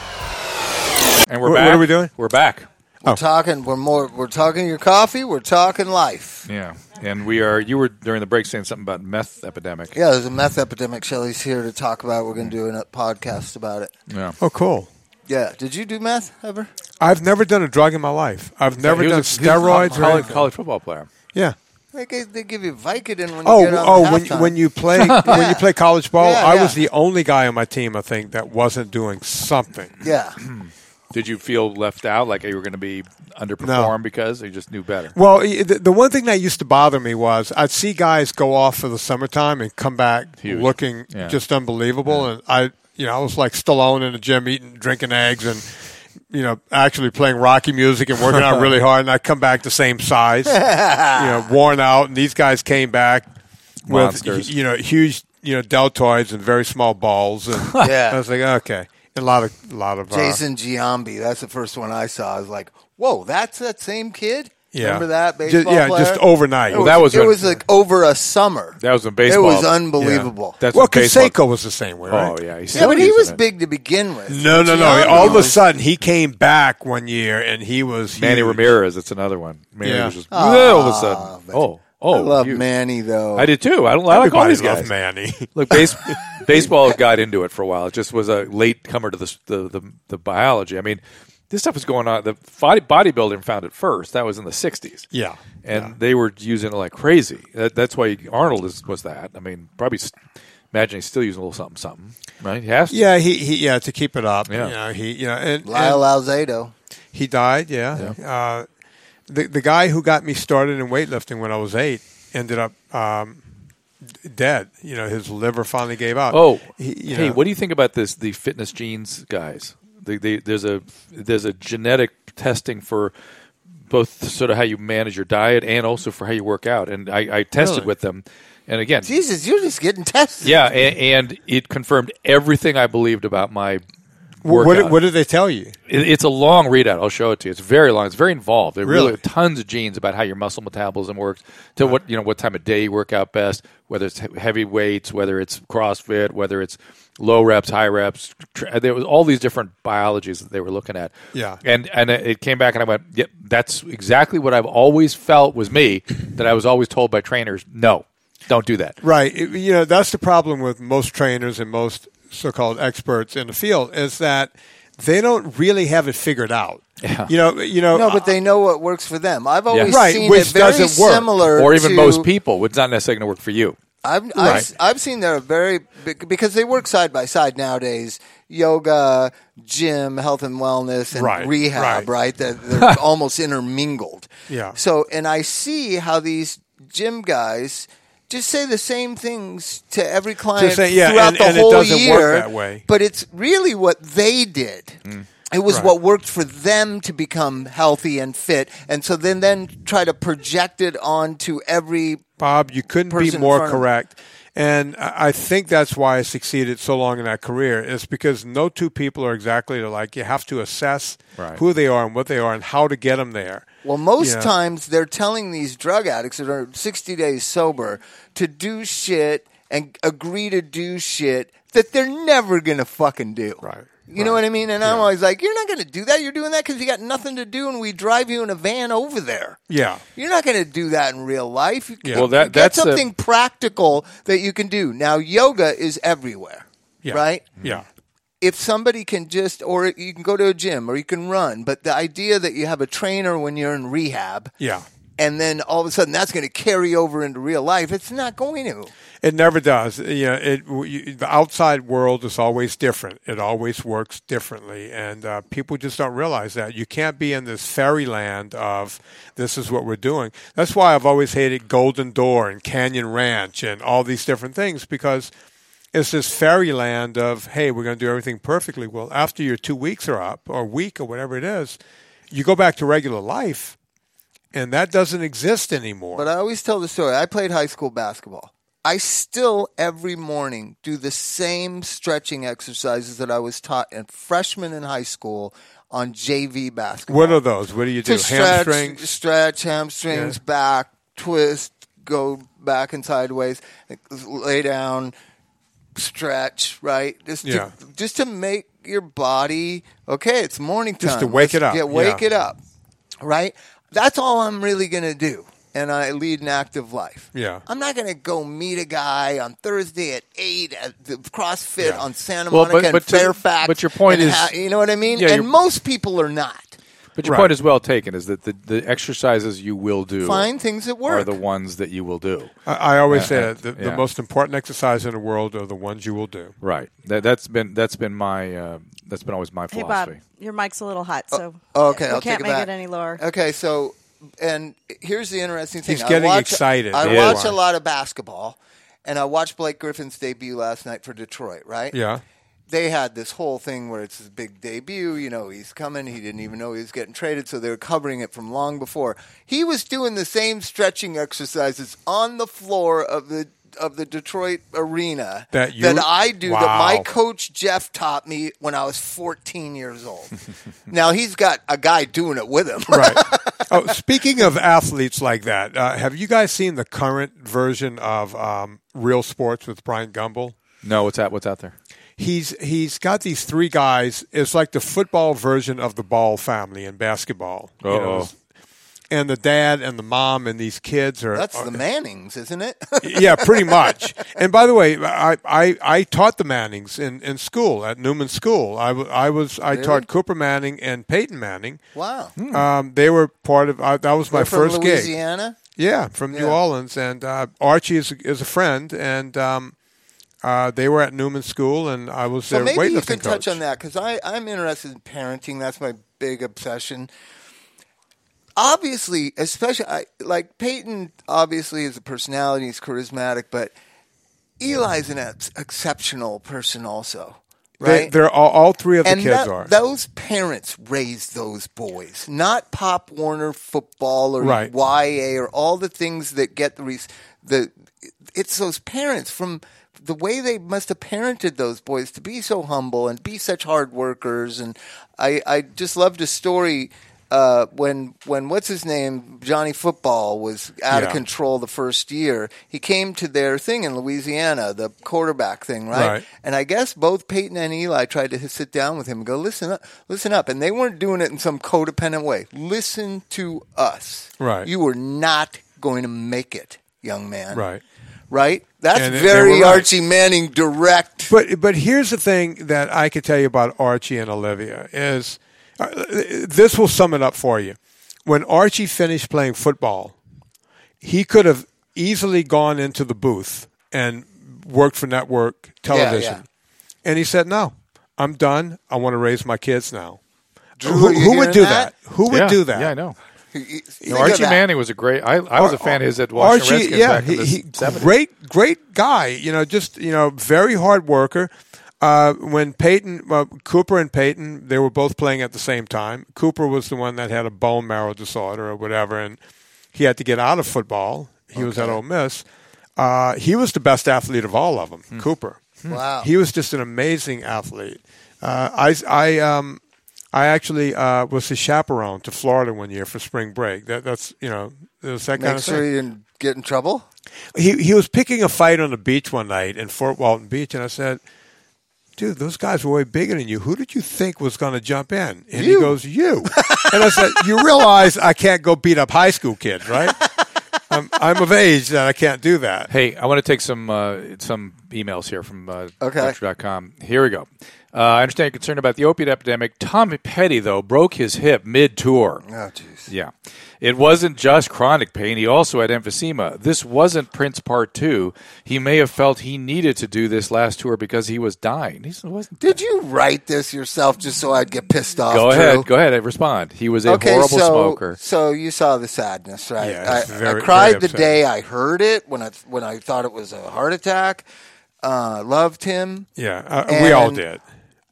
Speaker 2: And we're
Speaker 3: What- what
Speaker 2: back.
Speaker 3: are we doing?
Speaker 2: We're back.
Speaker 3: Oh.
Speaker 4: We're talking. We're more. We're talking your coffee. We're talking life.
Speaker 2: Yeah. And we are, you were during the break saying something about meth epidemic.
Speaker 4: Yeah, there's a meth epidemic. Shelley's here to talk about. it. We're going to do a podcast about it.
Speaker 2: Yeah.
Speaker 3: Oh, cool.
Speaker 4: Yeah. Did you do meth ever?
Speaker 3: I've never done a drug in my life. I've never
Speaker 2: He
Speaker 3: done
Speaker 2: was a- he was a
Speaker 3: steroids. Or
Speaker 2: college,
Speaker 3: anything.
Speaker 2: college football player.
Speaker 3: Yeah.
Speaker 4: They gave, they give you Vicodin when you
Speaker 3: Oh,
Speaker 4: get on
Speaker 3: oh,
Speaker 4: the
Speaker 3: when
Speaker 4: halftime.
Speaker 3: when you play when you play college ball,
Speaker 4: Yeah,
Speaker 3: I
Speaker 4: yeah.
Speaker 3: was the only guy on my team, I think, that wasn't doing something.
Speaker 4: yeah.
Speaker 2: Did you feel left out, like you were going to be underperformed because you just knew better?
Speaker 3: Well, i- the, the one thing that used to bother me was I'd see guys go off for the summertime and come back
Speaker 2: Huge.
Speaker 3: looking
Speaker 2: Yeah.
Speaker 3: just unbelievable, and I, you know, I was like Stallone in the gym eating, drinking eggs, and you know, actually playing Rocky music and working out really hard, and I come back the same size, you know, worn out, and these guys came back
Speaker 2: Monsters.
Speaker 3: with you know huge you know deltoids and very small balls, and
Speaker 4: Yeah.
Speaker 3: I was like, okay, a lot of a lot of uh,
Speaker 4: Jason Giambi. That's the first one I saw. I was like, whoa, that's that same kid.
Speaker 3: Yeah.
Speaker 4: Remember that
Speaker 3: Ju-
Speaker 4: baseball
Speaker 3: yeah,
Speaker 4: player?
Speaker 3: just overnight.
Speaker 4: It
Speaker 3: Well,
Speaker 2: that was
Speaker 4: it
Speaker 2: when-
Speaker 4: was like over a summer.
Speaker 2: That was in
Speaker 4: It
Speaker 2: baseball.
Speaker 4: was unbelievable.
Speaker 2: That's
Speaker 3: well,
Speaker 2: what baseball-
Speaker 3: Conseco was the same way. Right?
Speaker 2: Oh yeah, he's
Speaker 4: yeah, but he
Speaker 2: using
Speaker 4: was
Speaker 2: it.
Speaker 4: big to begin with.
Speaker 3: No, no, no.
Speaker 4: Giambi
Speaker 3: All of a
Speaker 4: was-
Speaker 3: sudden, he came back one year, and he was
Speaker 2: Manny
Speaker 3: huge.
Speaker 2: Ramirez, it's another one. Manny
Speaker 3: Yeah. Ah,
Speaker 2: was just all of a sudden. Oh, oh,
Speaker 4: I love
Speaker 2: you-
Speaker 4: Manny though.
Speaker 2: I did too. I don't. I like all
Speaker 3: Everybody
Speaker 2: these
Speaker 3: loved
Speaker 2: guys.
Speaker 3: Manny.
Speaker 2: Look, base, baseball got into it for a while. It just was a late comer to the the, the, the biology. I mean, this stuff was going on. The body, bodybuilding found it first. That was in the '60s.
Speaker 3: Yeah.
Speaker 2: and they were using it like crazy. That, that's why Arnold is, was that. I mean, probably st- imagine he's still using a little something, something, right? He has to.
Speaker 3: Yeah, he, he yeah to keep it up.
Speaker 2: Yeah.
Speaker 3: You know, he you know, and,
Speaker 4: Lyle
Speaker 3: and
Speaker 4: Alzado.
Speaker 3: he died. Yeah, Uh, the the guy who got me started in weightlifting when I was eight ended up um, d- dead. You know, his liver finally gave out.
Speaker 2: Oh,
Speaker 3: He- you
Speaker 2: hey,
Speaker 3: know.
Speaker 2: what do you think about this? The fitness genes guys. They, they, there's a there's a genetic testing for both sort of how you manage your diet and also for how you work out. And I, I tested
Speaker 3: Really?
Speaker 2: with them, and again,
Speaker 4: Jesus, you're just getting tested.
Speaker 2: yeah, and, and it confirmed everything I believed about my
Speaker 3: What,
Speaker 2: workout.
Speaker 3: what, did- what did they tell you?
Speaker 2: It, it's a long readout. I'll show it to you. It's very long. It's very involved. There really,
Speaker 3: Really?
Speaker 2: tons of genes about how your muscle metabolism works, to what you know, what time of day you work out best, whether it's he- heavy weights, whether it's CrossFit, whether it's low reps, high reps. Tr- uh, There was all these different biologies that they were looking at.
Speaker 3: Yeah.
Speaker 2: and and it came back, and I went, "Yep, that's exactly what I've always felt was me. That I was always told by trainers, no, don't do that.
Speaker 3: Right. It- you know, that's the problem with most trainers and most so-called experts in the field is that they don't really have it figured out.
Speaker 2: Yeah.
Speaker 3: You know, you know.
Speaker 4: No, but they know what works for them. I've always
Speaker 3: Right,
Speaker 4: seen
Speaker 3: which
Speaker 4: it very
Speaker 3: doesn't work.
Speaker 4: similar,
Speaker 2: Or even
Speaker 4: to-
Speaker 2: most people, it's not necessarily going to work for you.
Speaker 4: I've,
Speaker 2: Right.
Speaker 4: I've, I've seen that are very bec- because they work side by side nowadays. Yoga, gym, health and wellness, and
Speaker 3: Right, right.
Speaker 4: rehab, right? They're, they're almost intermingled.
Speaker 3: Yeah.
Speaker 4: So, and I see how these gym guys just say the same things to every client
Speaker 3: say- yeah,
Speaker 4: throughout
Speaker 3: and-
Speaker 4: the
Speaker 3: and it
Speaker 4: whole
Speaker 3: doesn't
Speaker 4: year.
Speaker 3: work that way. Mm.
Speaker 4: But it's really what they did. It was
Speaker 3: Right.
Speaker 4: what worked for them to become healthy and fit, and so then then try to project it onto every
Speaker 3: Bob, you couldn't be
Speaker 4: person in
Speaker 3: more
Speaker 4: front of-
Speaker 3: correct. And I I think that's why I succeeded so long in that career. It's because no two people are exactly alike. You have to assess
Speaker 2: Right.
Speaker 3: who they are and what they are and how to get them there.
Speaker 4: Well, most
Speaker 3: Yeah.
Speaker 4: times they're telling these drug addicts that are 60 days sober to do shit and agree to do shit that they're never going to fucking do.
Speaker 3: Right.
Speaker 4: You know what I mean? And I'm always like, you're not going to do that. You're doing that because you got nothing to do and we drive you in a van over there.
Speaker 3: Yeah.
Speaker 4: You're not going to do that in real life. You
Speaker 3: Yeah.
Speaker 4: got-
Speaker 3: Well,
Speaker 2: that-
Speaker 4: you got
Speaker 2: that's a-
Speaker 4: something practical that you can do. Now, yoga is everywhere,
Speaker 3: yeah.
Speaker 4: right?
Speaker 3: Yeah.
Speaker 4: if somebody can just, or you can go to a gym or you can run, but the idea that you have a trainer when you're in rehab,
Speaker 3: Yeah.
Speaker 4: and then all of a sudden that's going to carry over into real life, it's not going to.
Speaker 3: It never does. You know, it, you, the outside world is always different. It always works differently, and uh, people just don't realize that. You can't be in this fairyland of this is what we're doing. That's why I've always hated Golden Door and Canyon Ranch and all these different things because it's this fairyland of hey, we're going to do everything perfectly. Well, after your two weeks are up or week or whatever it is, you go back to regular life and that doesn't exist anymore.
Speaker 4: But I always tell the story. I played high school basketball. I still every morning do the same stretching exercises that I was taught in freshman in high school on JV basketball.
Speaker 3: what are those? What do you do?
Speaker 4: to stretch,
Speaker 3: Hamstrings.
Speaker 4: stretch hamstrings,
Speaker 3: Yeah.
Speaker 4: back, twist, go back and sideways, lay down, stretch, right? Just
Speaker 3: Yeah.
Speaker 4: to, just to make your body okay. It's morning time.
Speaker 3: Just to wake it up,
Speaker 4: Get, wake
Speaker 3: yeah.
Speaker 4: it up, right? That's all I'm really gonna do. And I lead an active life.
Speaker 3: Yeah.
Speaker 4: I'm not going to go meet a guy on Thursday at eight at the CrossFit
Speaker 3: Yeah.
Speaker 4: on Santa
Speaker 2: Well, but-
Speaker 4: Monica and
Speaker 2: but to-
Speaker 4: Fairfax.
Speaker 2: but your point
Speaker 4: and
Speaker 2: is-
Speaker 4: ha- you know what I mean.
Speaker 2: Yeah,
Speaker 4: and
Speaker 2: your-
Speaker 4: most people are not.
Speaker 2: But your
Speaker 3: Right.
Speaker 2: point is well taken. Is that the, the exercises you will do
Speaker 4: Find things that work.
Speaker 2: are the ones that you will do.
Speaker 3: I, I always say
Speaker 2: Uh,
Speaker 3: that the,
Speaker 2: yeah.
Speaker 3: the most important exercise in the world are the ones you will do.
Speaker 2: Right. That, that's been that's been my uh, that's been always my
Speaker 6: Hey, Bob,
Speaker 2: philosophy. Oh,
Speaker 6: your mic's a little hot, so
Speaker 4: Oh, Okay,
Speaker 6: we
Speaker 4: I'll
Speaker 6: can't
Speaker 4: take it
Speaker 6: make
Speaker 4: back.
Speaker 6: it any lower.
Speaker 4: Okay, so and here's the interesting thing.
Speaker 3: He's getting
Speaker 4: I watch,
Speaker 3: excited.
Speaker 4: I
Speaker 3: Yeah.
Speaker 4: watch a lot of basketball, and I watched Blake Griffin's debut last night for Detroit. Right?
Speaker 3: Yeah.
Speaker 4: They had this whole thing where it's his big debut. You know, he's coming. He didn't even know he was getting traded, so they were covering it from long before. He was doing the same stretching exercises on the floor of the of the Detroit arena
Speaker 3: That you-
Speaker 4: I do that
Speaker 3: Wow.
Speaker 4: my coach Jeff taught me when I was 14 years old. now he's got a guy doing it with him.
Speaker 3: Right. oh, speaking of athletes like that, uh, have you guys seen the current version of um, Real Sports with Brian Gumble?
Speaker 2: No, what's out what's out there?
Speaker 3: he's he's got these three guys. It's like the football version of the Ball family in basketball. You know,
Speaker 2: Uh-oh.
Speaker 3: it's- and the dad and the mom and these kids are
Speaker 4: That's the
Speaker 3: are-
Speaker 4: Mannings, isn't it?
Speaker 3: yeah, pretty much. And by the way, I, I, I taught the Mannings in, in school at Newman School. I, w- I was I taught Cooper Manning and Peyton Manning.
Speaker 4: wow.
Speaker 3: Um, they were part of I, that was my
Speaker 4: They're from
Speaker 3: first gig.
Speaker 4: Louisiana.
Speaker 3: Yeah, from New
Speaker 4: Yeah.
Speaker 3: Orleans, and uh, Archie is is a friend, and um, uh, they were at Newman School, and I was
Speaker 4: So
Speaker 3: their
Speaker 4: maybe you
Speaker 3: weightlifting
Speaker 4: can
Speaker 3: coach.
Speaker 4: touch on that because I'm interested in parenting. That's my big obsession. Obviously, especially I, like Peyton, obviously is a personality, he's charismatic, but Eli's an ex- exceptional person also.
Speaker 3: They,
Speaker 4: Right?
Speaker 3: they're all, all three of the
Speaker 4: and
Speaker 3: kids
Speaker 4: that-
Speaker 3: are.
Speaker 4: those parents raised those boys, not Pop Warner football or
Speaker 3: Right.
Speaker 4: YA or all the things that get the res- the. It's those parents from the way they must have parented those boys to be so humble and be such hard workers. And I, I just loved a story. Uh, when when what's his name Johnny Football was out of
Speaker 3: Yeah.
Speaker 4: control the first year, he came to their thing in Louisiana, the quarterback thing,
Speaker 3: Right.
Speaker 4: and I guess both Peyton and Eli tried to sit down with him and go, listen up, listen up. And they weren't doing it in some codependent way. Listen to us.
Speaker 3: Right.
Speaker 4: You are not going to make it, young man.
Speaker 3: right.
Speaker 4: Right? That's
Speaker 3: And they- they
Speaker 4: very
Speaker 3: were right.
Speaker 4: Archie Manning direct.
Speaker 3: But but here's the thing that I could tell you about Archie and Olivia is uh, this will sum it up for you. When Archie finished playing football, he could have easily gone into the booth and worked for network television.
Speaker 4: yeah.
Speaker 3: And he said, "No, I'm done. I want to raise my kids now."
Speaker 4: Drew,
Speaker 3: who
Speaker 4: are you
Speaker 3: who would
Speaker 4: hearing
Speaker 3: do
Speaker 4: that?
Speaker 3: that? Who would
Speaker 2: yeah.
Speaker 3: do that?
Speaker 2: Yeah, I know.
Speaker 4: Think
Speaker 2: No,
Speaker 4: of
Speaker 2: Archie
Speaker 4: that.
Speaker 2: Manning was a great. I, I was a fan of his at Washington
Speaker 3: Archie,
Speaker 2: Redskins
Speaker 3: yeah,
Speaker 2: back in the
Speaker 3: he- he-
Speaker 2: 70s.
Speaker 3: great, great guy. You know, just you know, very hard worker. Uh, when Peyton well, Cooper and Peyton, they were both playing at the same time. Cooper was the one that had a bone marrow disorder or whatever, and he had to get out of football. He was at Ole Miss. Uh, he was the best athlete of all of them.
Speaker 2: Hmm.
Speaker 3: Cooper.
Speaker 4: Wow.
Speaker 3: He was just an amazing athlete. Uh, I, I, um, I actually uh, was his chaperone to Florida one year for spring break. That, that's you know, there's that kind
Speaker 4: Make
Speaker 3: of
Speaker 4: sure
Speaker 3: thing
Speaker 4: you didn't get in trouble.
Speaker 3: he he was picking a fight on the beach one night in Fort Walton Beach, and I said, "Dude, those guys were way bigger than you. Who did you think was going to jump in?" And he goes, "You." and I said, "You realize I can't go beat up high school kids, right? I'm I'm of age that I can't do that."
Speaker 2: Hey, I want to take some uh, some emails here from uh,
Speaker 4: Okay.
Speaker 2: Doctor.com. Here we go. Uh, I understand your concern about the opiate epidemic. Tommy Petty, though, broke his hip mid tour.
Speaker 4: Oh, jeez.
Speaker 2: Yeah. It wasn't just chronic pain. He also had emphysema. This wasn't Prince Part 2. He may have felt he needed to do this last tour because he was dying. He wasn't.
Speaker 4: Did you write this yourself just so I'd get pissed off?
Speaker 2: Go
Speaker 4: Drew?
Speaker 2: ahead. Go ahead. uh, Respond. He was a horrible
Speaker 4: so,
Speaker 2: smoker.
Speaker 4: So you saw the sadness, right?
Speaker 3: Yeah, it's
Speaker 4: I,
Speaker 3: very-
Speaker 4: I cried
Speaker 3: very
Speaker 4: the
Speaker 3: upsetting.
Speaker 4: day I heard it when I when I thought it was a heart attack. Uh, loved him.
Speaker 3: Yeah, uh, we all
Speaker 4: And-
Speaker 3: did.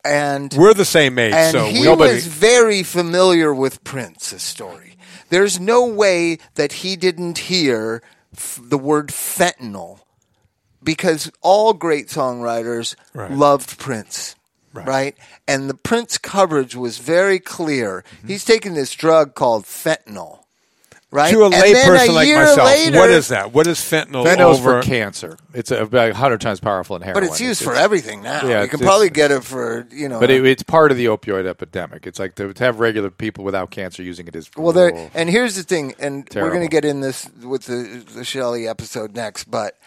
Speaker 4: and
Speaker 3: We're the same age,
Speaker 4: and
Speaker 3: so
Speaker 4: he
Speaker 3: we
Speaker 4: was very familiar with Prince's story. There's no way that he didn't hear f- the word fentanyl because all great songwriters
Speaker 3: Right.
Speaker 4: loved Prince.
Speaker 3: Right.
Speaker 4: Right. And the Prince coverage was very clear.
Speaker 3: Mm-hmm.
Speaker 4: He's taking this drug called fentanyl. Right?
Speaker 3: to a
Speaker 4: And then
Speaker 3: layperson like
Speaker 4: year
Speaker 3: myself,
Speaker 4: later-
Speaker 3: what is that? What is fentanyl,
Speaker 2: Fentanyl's
Speaker 3: over?
Speaker 2: for cancer. It's about 100 times powerful than heroin.
Speaker 4: But it's used for everything now.
Speaker 2: yeah,
Speaker 4: you
Speaker 2: it's-
Speaker 4: can probably get it for, you know.
Speaker 2: But it, it's part of the opioid epidemic. It's like to, to have regular people without cancer using it is
Speaker 4: Well, there
Speaker 2: cruel.
Speaker 4: and here's the thing, and we're going
Speaker 2: Oh. Terrible.
Speaker 4: to get in this with the, the Shelley episode next. But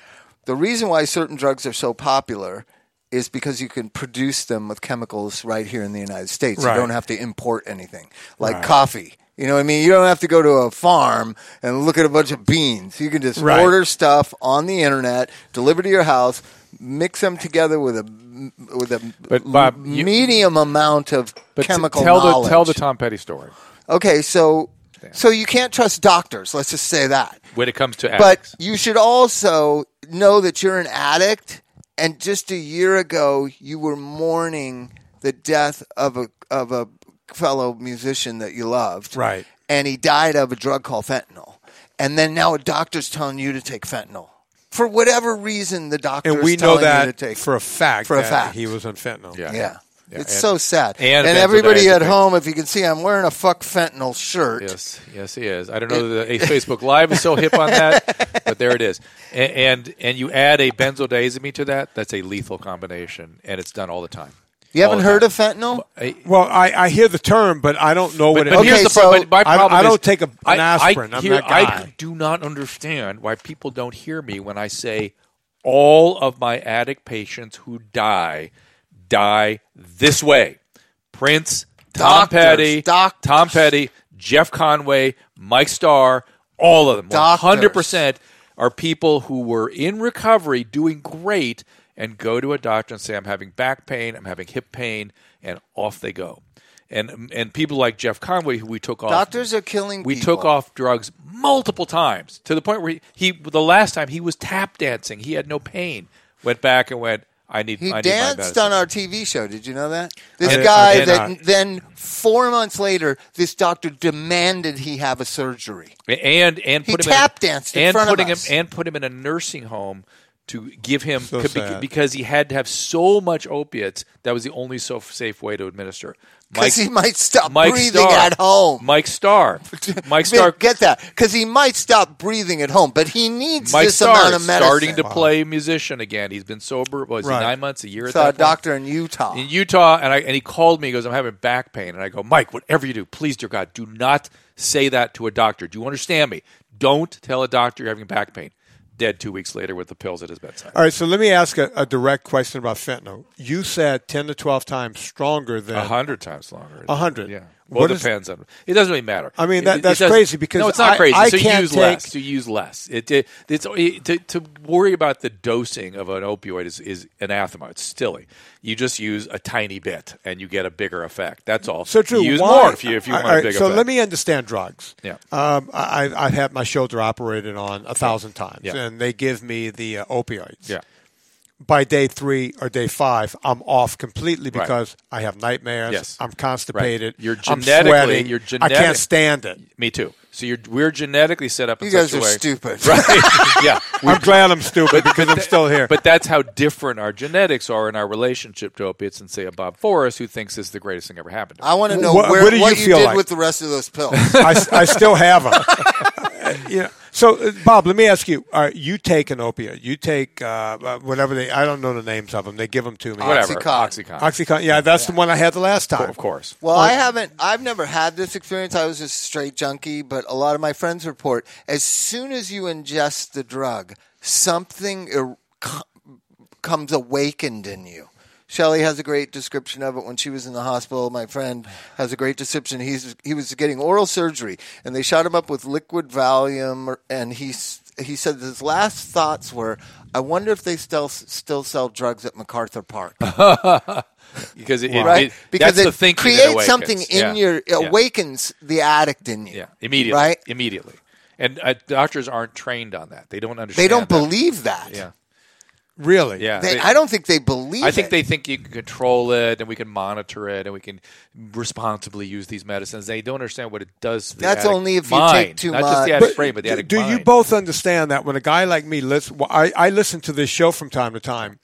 Speaker 4: the reason why certain drugs are so popular is because you can produce them with chemicals right here in the United States.
Speaker 3: Right.
Speaker 4: You don't have to import anything, like coffee. You know what I mean? You don't have to go to a farm and look at a bunch of beans. You can just
Speaker 3: Right.
Speaker 4: order stuff on the internet, deliver to your house, mix them together with a with a
Speaker 2: But, Bob, you-
Speaker 4: medium amount of
Speaker 2: but t-
Speaker 4: chemical
Speaker 2: tell
Speaker 4: knowledge.
Speaker 2: the tell the Tom Petty story
Speaker 4: Okay, so so you can't trust doctors. Let's just say that.
Speaker 2: when it comes to
Speaker 4: But
Speaker 2: addicts.
Speaker 4: you should also know that you're an addict. And just a year ago, you were mourning the death of a of a fellow musician that you loved,
Speaker 3: Right.
Speaker 4: And he died of a drug called fentanyl. And then now a doctor's telling you to take fentanyl for whatever reason. The doctor
Speaker 3: and
Speaker 4: is
Speaker 3: we know
Speaker 4: telling you
Speaker 3: that
Speaker 4: to take
Speaker 3: for a fact
Speaker 4: For a
Speaker 3: that
Speaker 4: fact.
Speaker 3: he was on fentanyl.
Speaker 2: Yeah.
Speaker 4: yeah. It's
Speaker 2: and-
Speaker 4: so sad.
Speaker 2: and benzodiazepine.
Speaker 4: everybody at home, if you can see, I'm wearing a fuck fentanyl shirt.
Speaker 2: Yes, yes, he is. I don't know that Ace Facebook Live is so hip on that, but there it is. And, and and you add a benzodiazepine to that, that's a lethal combination, and it's done all the time.
Speaker 4: You haven't heard of fentanyl?
Speaker 2: of?
Speaker 3: Well, I, I hear the term, but I don't know what it
Speaker 2: but
Speaker 3: is.
Speaker 2: here's
Speaker 4: Okay,
Speaker 2: the
Speaker 4: so
Speaker 2: problem. my
Speaker 3: I-
Speaker 2: problem
Speaker 3: I don't
Speaker 2: is
Speaker 3: take a- an
Speaker 2: I- I
Speaker 3: aspirin. I'm
Speaker 2: hear-
Speaker 3: that guy.
Speaker 2: I do not understand why people don't hear me when I say all of my addict patients who die die this way. Prince, Tom
Speaker 4: Doctors,
Speaker 2: Petty,
Speaker 4: doctors.
Speaker 2: Tom Petty, Jeff Conway, Mike Starr, all of them,
Speaker 4: Doctors.
Speaker 2: hundred percent are people who were in recovery, doing great, and go to a doctor and say, "I'm having back pain, I'm having hip pain," and off they go. And and people like Jeff Conway, who we took off,
Speaker 4: Doctors are killing
Speaker 2: We
Speaker 4: people.
Speaker 2: took off drugs multiple times to the point where he, he the last time he was tap dancing, he had no pain, went back and went, "I need."
Speaker 4: He
Speaker 2: I need my
Speaker 4: danced
Speaker 2: medicine."
Speaker 4: on our TV show. Did you know that? This
Speaker 3: did- I
Speaker 4: guy
Speaker 3: did
Speaker 4: that
Speaker 3: not.
Speaker 4: then four months later, this doctor demanded he have a surgery.
Speaker 2: and and
Speaker 4: He
Speaker 2: put him
Speaker 4: tap
Speaker 2: in,
Speaker 4: danced in
Speaker 2: and
Speaker 4: front of
Speaker 2: putting
Speaker 4: us.
Speaker 2: him and put him in a nursing home to give him
Speaker 3: So
Speaker 2: be-
Speaker 3: sad.
Speaker 2: because he had to have so much opiates that was the only so safe way to administer. Mike,
Speaker 4: Because he might stop
Speaker 2: Mike
Speaker 4: breathing
Speaker 2: Starr,
Speaker 4: at home.
Speaker 2: Mike Starr, Mike Starr,
Speaker 4: Get that? Because he might stop breathing at home, but he needs
Speaker 2: Mike
Speaker 4: this
Speaker 2: Starr
Speaker 4: amount of
Speaker 2: is
Speaker 4: medicine.
Speaker 2: starting to play musician again. He's been sober. What is
Speaker 3: Right.
Speaker 2: he nine months, a year? at
Speaker 4: Saw
Speaker 2: that
Speaker 4: a
Speaker 2: point?
Speaker 4: doctor in Utah.
Speaker 2: in Utah, and I and he called me. He goes, "I'm having back pain," and I go, "Mike, whatever you do, please, dear God, do not say that to a doctor. Do you understand me? Don't tell a doctor you're having back pain." Dead two weeks later with the pills at his bedside.
Speaker 3: All right, so let me ask a, a direct question about fentanyl. You said 10 to 12 times stronger than.
Speaker 2: A hundred times longer.
Speaker 3: A hundred.
Speaker 2: Uh-huh. Yeah. Well,
Speaker 3: What
Speaker 2: it
Speaker 3: is-
Speaker 2: depends on. It doesn't really matter.
Speaker 3: I mean,
Speaker 2: It-
Speaker 3: that-
Speaker 2: it
Speaker 3: that's
Speaker 2: doesn't-
Speaker 3: crazy because
Speaker 2: no, it's not
Speaker 3: I-
Speaker 2: crazy.
Speaker 3: I
Speaker 2: so you
Speaker 3: can't
Speaker 2: use
Speaker 3: take-
Speaker 2: less. You use less. It, it it's it, to, to worry about the dosing of an opioid is, is anathema. It's silly. You just use a tiny bit and you get a bigger effect. That's all.
Speaker 3: So true.
Speaker 2: You use
Speaker 3: why-
Speaker 2: more if you if you
Speaker 3: all
Speaker 2: want a
Speaker 3: right,
Speaker 2: big
Speaker 3: So
Speaker 2: effect.
Speaker 3: let me understand drugs.
Speaker 2: Yeah.
Speaker 3: Um, I, I've- I've had my shoulder operated on a thousand times,
Speaker 2: Yeah.
Speaker 3: and they give me the uh, opioids.
Speaker 2: Yeah.
Speaker 3: By day three or day five, I'm off completely
Speaker 2: Right.
Speaker 3: because I have nightmares.
Speaker 2: Yes.
Speaker 3: I'm constipated.
Speaker 2: You're
Speaker 3: I'm
Speaker 2: genetically-
Speaker 3: sweating.
Speaker 2: you're
Speaker 3: I can't
Speaker 2: genetic-
Speaker 3: stand it.
Speaker 2: Me too. So you're we're genetically set up. In
Speaker 4: you guys
Speaker 2: such a
Speaker 4: are
Speaker 2: way.
Speaker 4: stupid.
Speaker 2: Right. yeah. We're-
Speaker 3: I'm glad I'm stupid because I'm still here.
Speaker 2: But that's how different our genetics are in our relationship to opiates and say a Bob Forrest who thinks it's the greatest thing ever happened to him.
Speaker 4: I want to know
Speaker 3: What-
Speaker 4: where,
Speaker 3: what do you feel
Speaker 4: did
Speaker 3: like?
Speaker 4: with the rest of those pills.
Speaker 3: I, s- I still have them. yeah. So, uh, Bob, let me ask you: uh, You take an opiate. You take uh, uh, whatever they. I don't know the names of them. They give them to me.
Speaker 2: Whatever.
Speaker 4: Oxycontin.
Speaker 2: Oxycontin.
Speaker 3: Oxycontin. Yeah, that's the one I had the last time.
Speaker 2: Of course.
Speaker 4: Well, I haven't. I've never had this experience. I was a straight junkie, but a lot of my friends report as soon as you ingest the drug, something er- co- comes awakened in you. Shelley has a great description of it when she was in the hospital. My friend has a great description. He's he was getting oral surgery, and they shot him up with liquid Valium, or- and he s- he said his last thoughts were, "I wonder if they still still sell drugs at MacArthur Park."
Speaker 2: Because it, it-
Speaker 4: right?
Speaker 2: it-
Speaker 4: because
Speaker 2: that's the
Speaker 4: it
Speaker 2: thinking that
Speaker 4: creates
Speaker 2: awakens.
Speaker 4: something in
Speaker 2: Yeah.
Speaker 4: your it
Speaker 2: yeah.
Speaker 4: awakens the addict in you.
Speaker 2: Yeah, immediately.
Speaker 4: Right?
Speaker 2: Immediately. And uh, doctors aren't trained on that. They don't understand.
Speaker 4: They
Speaker 2: that.
Speaker 4: don't believe that.
Speaker 2: Yeah.
Speaker 3: Really?
Speaker 2: Yeah.
Speaker 4: They, I don't think they believe.
Speaker 2: I think
Speaker 4: it.
Speaker 2: they think you can control it and we can monitor it and we can responsibly use these medicines. They don't understand what it does to the
Speaker 4: That's
Speaker 2: addict
Speaker 4: only if you
Speaker 2: mind.
Speaker 4: take too
Speaker 2: Not just the
Speaker 4: much.
Speaker 2: addict brain, but the
Speaker 3: do-
Speaker 2: addict
Speaker 3: do
Speaker 2: mind.
Speaker 3: you both understand that when a guy like me listen well, I, I listen to this show from time to time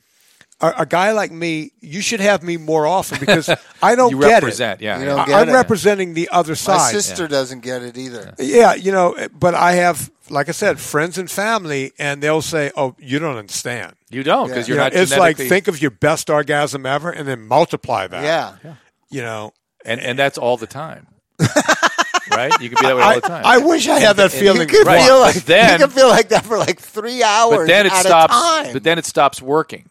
Speaker 3: a, a guy like me you should have me more often because i don't
Speaker 2: You
Speaker 3: get
Speaker 2: represent,
Speaker 3: it
Speaker 2: yeah.
Speaker 4: You
Speaker 2: yeah.
Speaker 4: don't
Speaker 3: I,
Speaker 4: get
Speaker 3: i'm
Speaker 4: it.
Speaker 3: representing the other
Speaker 4: My
Speaker 3: side
Speaker 4: sister doesn't get it either.
Speaker 3: yeah you know but i have like i said friends and family and they'll say oh you don't understand
Speaker 2: you don't because
Speaker 3: You
Speaker 2: you're
Speaker 3: know,
Speaker 2: not.
Speaker 3: it's like
Speaker 2: genetically-
Speaker 3: think of your best orgasm ever and then multiply that
Speaker 4: Yeah.
Speaker 3: you know
Speaker 2: and and that's all the time, right? You can be that way all
Speaker 3: I,
Speaker 2: the time.
Speaker 3: I wish i had that feeling
Speaker 4: You could
Speaker 2: Right.
Speaker 4: feel
Speaker 2: But
Speaker 4: like
Speaker 2: then-
Speaker 4: you could feel like that for like three hours.
Speaker 2: but then it
Speaker 4: at
Speaker 2: stops.
Speaker 4: A time.
Speaker 2: But then it stops working.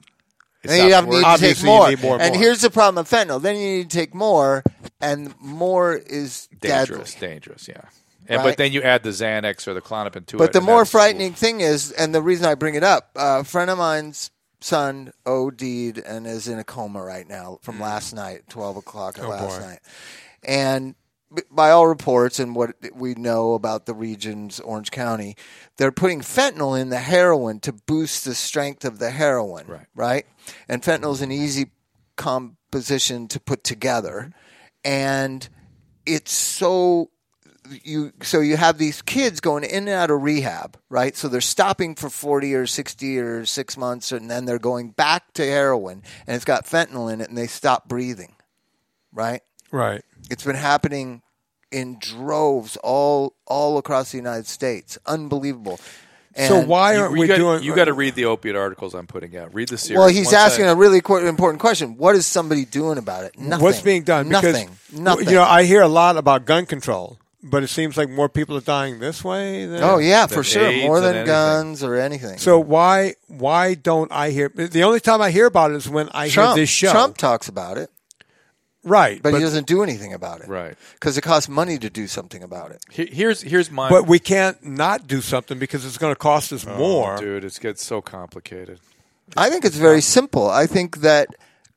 Speaker 2: It
Speaker 4: then you
Speaker 2: stops
Speaker 4: have need
Speaker 2: working.
Speaker 4: to take
Speaker 3: Obviously, you
Speaker 4: more.
Speaker 3: need more and
Speaker 4: and
Speaker 3: more.
Speaker 4: here's the problem of fentanyl. Then you need to take more, and more is
Speaker 2: dangerous,
Speaker 4: deadly.
Speaker 2: dangerous. Yeah. And
Speaker 4: Right.
Speaker 2: but then you add the Xanax or the Klonopin to it.
Speaker 4: But the
Speaker 2: and
Speaker 4: more
Speaker 2: that's-
Speaker 4: frightening thing is, and the reason I bring it up, uh, a friend of mine's son OD'd and is in a coma right now
Speaker 2: Mm.
Speaker 4: from last night, 12 o'clock
Speaker 2: Oh,
Speaker 4: at last
Speaker 3: boy.
Speaker 4: night. And b- by all reports and what we know about the region's Orange County, they're putting fentanyl in the heroin to boost the strength of the heroin, right? And fentanyl's an easy composition to put together. And it's so you so you have these kids going in and out of rehab, right? So they're stopping for 40 or 60 or 6 months and then they're going back to heroin and it's got fentanyl in it and they stop breathing. Right?
Speaker 3: right
Speaker 4: It's been happening in droves all all across the United States. Unbelievable. And
Speaker 3: so why
Speaker 2: You-
Speaker 3: aren't
Speaker 2: you
Speaker 3: we
Speaker 2: got,
Speaker 3: doing
Speaker 2: You got to read the opiate articles I'm putting out. Read the series.
Speaker 4: Well, he's
Speaker 2: Once I-
Speaker 4: asking a really qu- important question. What is somebody doing about it? Nothing.
Speaker 3: What's being done?
Speaker 4: Nothing.
Speaker 3: Because,
Speaker 4: Nothing.
Speaker 3: You know, I hear a lot about gun control, but it seems like more people are dying this way. Than,
Speaker 4: oh yeah, for
Speaker 2: than
Speaker 4: sure.
Speaker 2: AIDS
Speaker 4: More
Speaker 2: and
Speaker 4: than
Speaker 2: anything.
Speaker 4: guns or anything.
Speaker 3: So why why don't I hear? The only time I hear about it is when I
Speaker 4: Trump,
Speaker 3: hear this show.
Speaker 4: Trump talks about it,
Speaker 3: right?
Speaker 4: but,
Speaker 3: But but,
Speaker 4: he doesn't do anything about it.
Speaker 2: Right.
Speaker 4: Because it costs money to do something about it.
Speaker 2: Here- Here's here's my.
Speaker 3: we can't not do something because it's going to cost us more.
Speaker 2: Oh, dude, it gets so complicated.
Speaker 4: I think it's very simple. I think that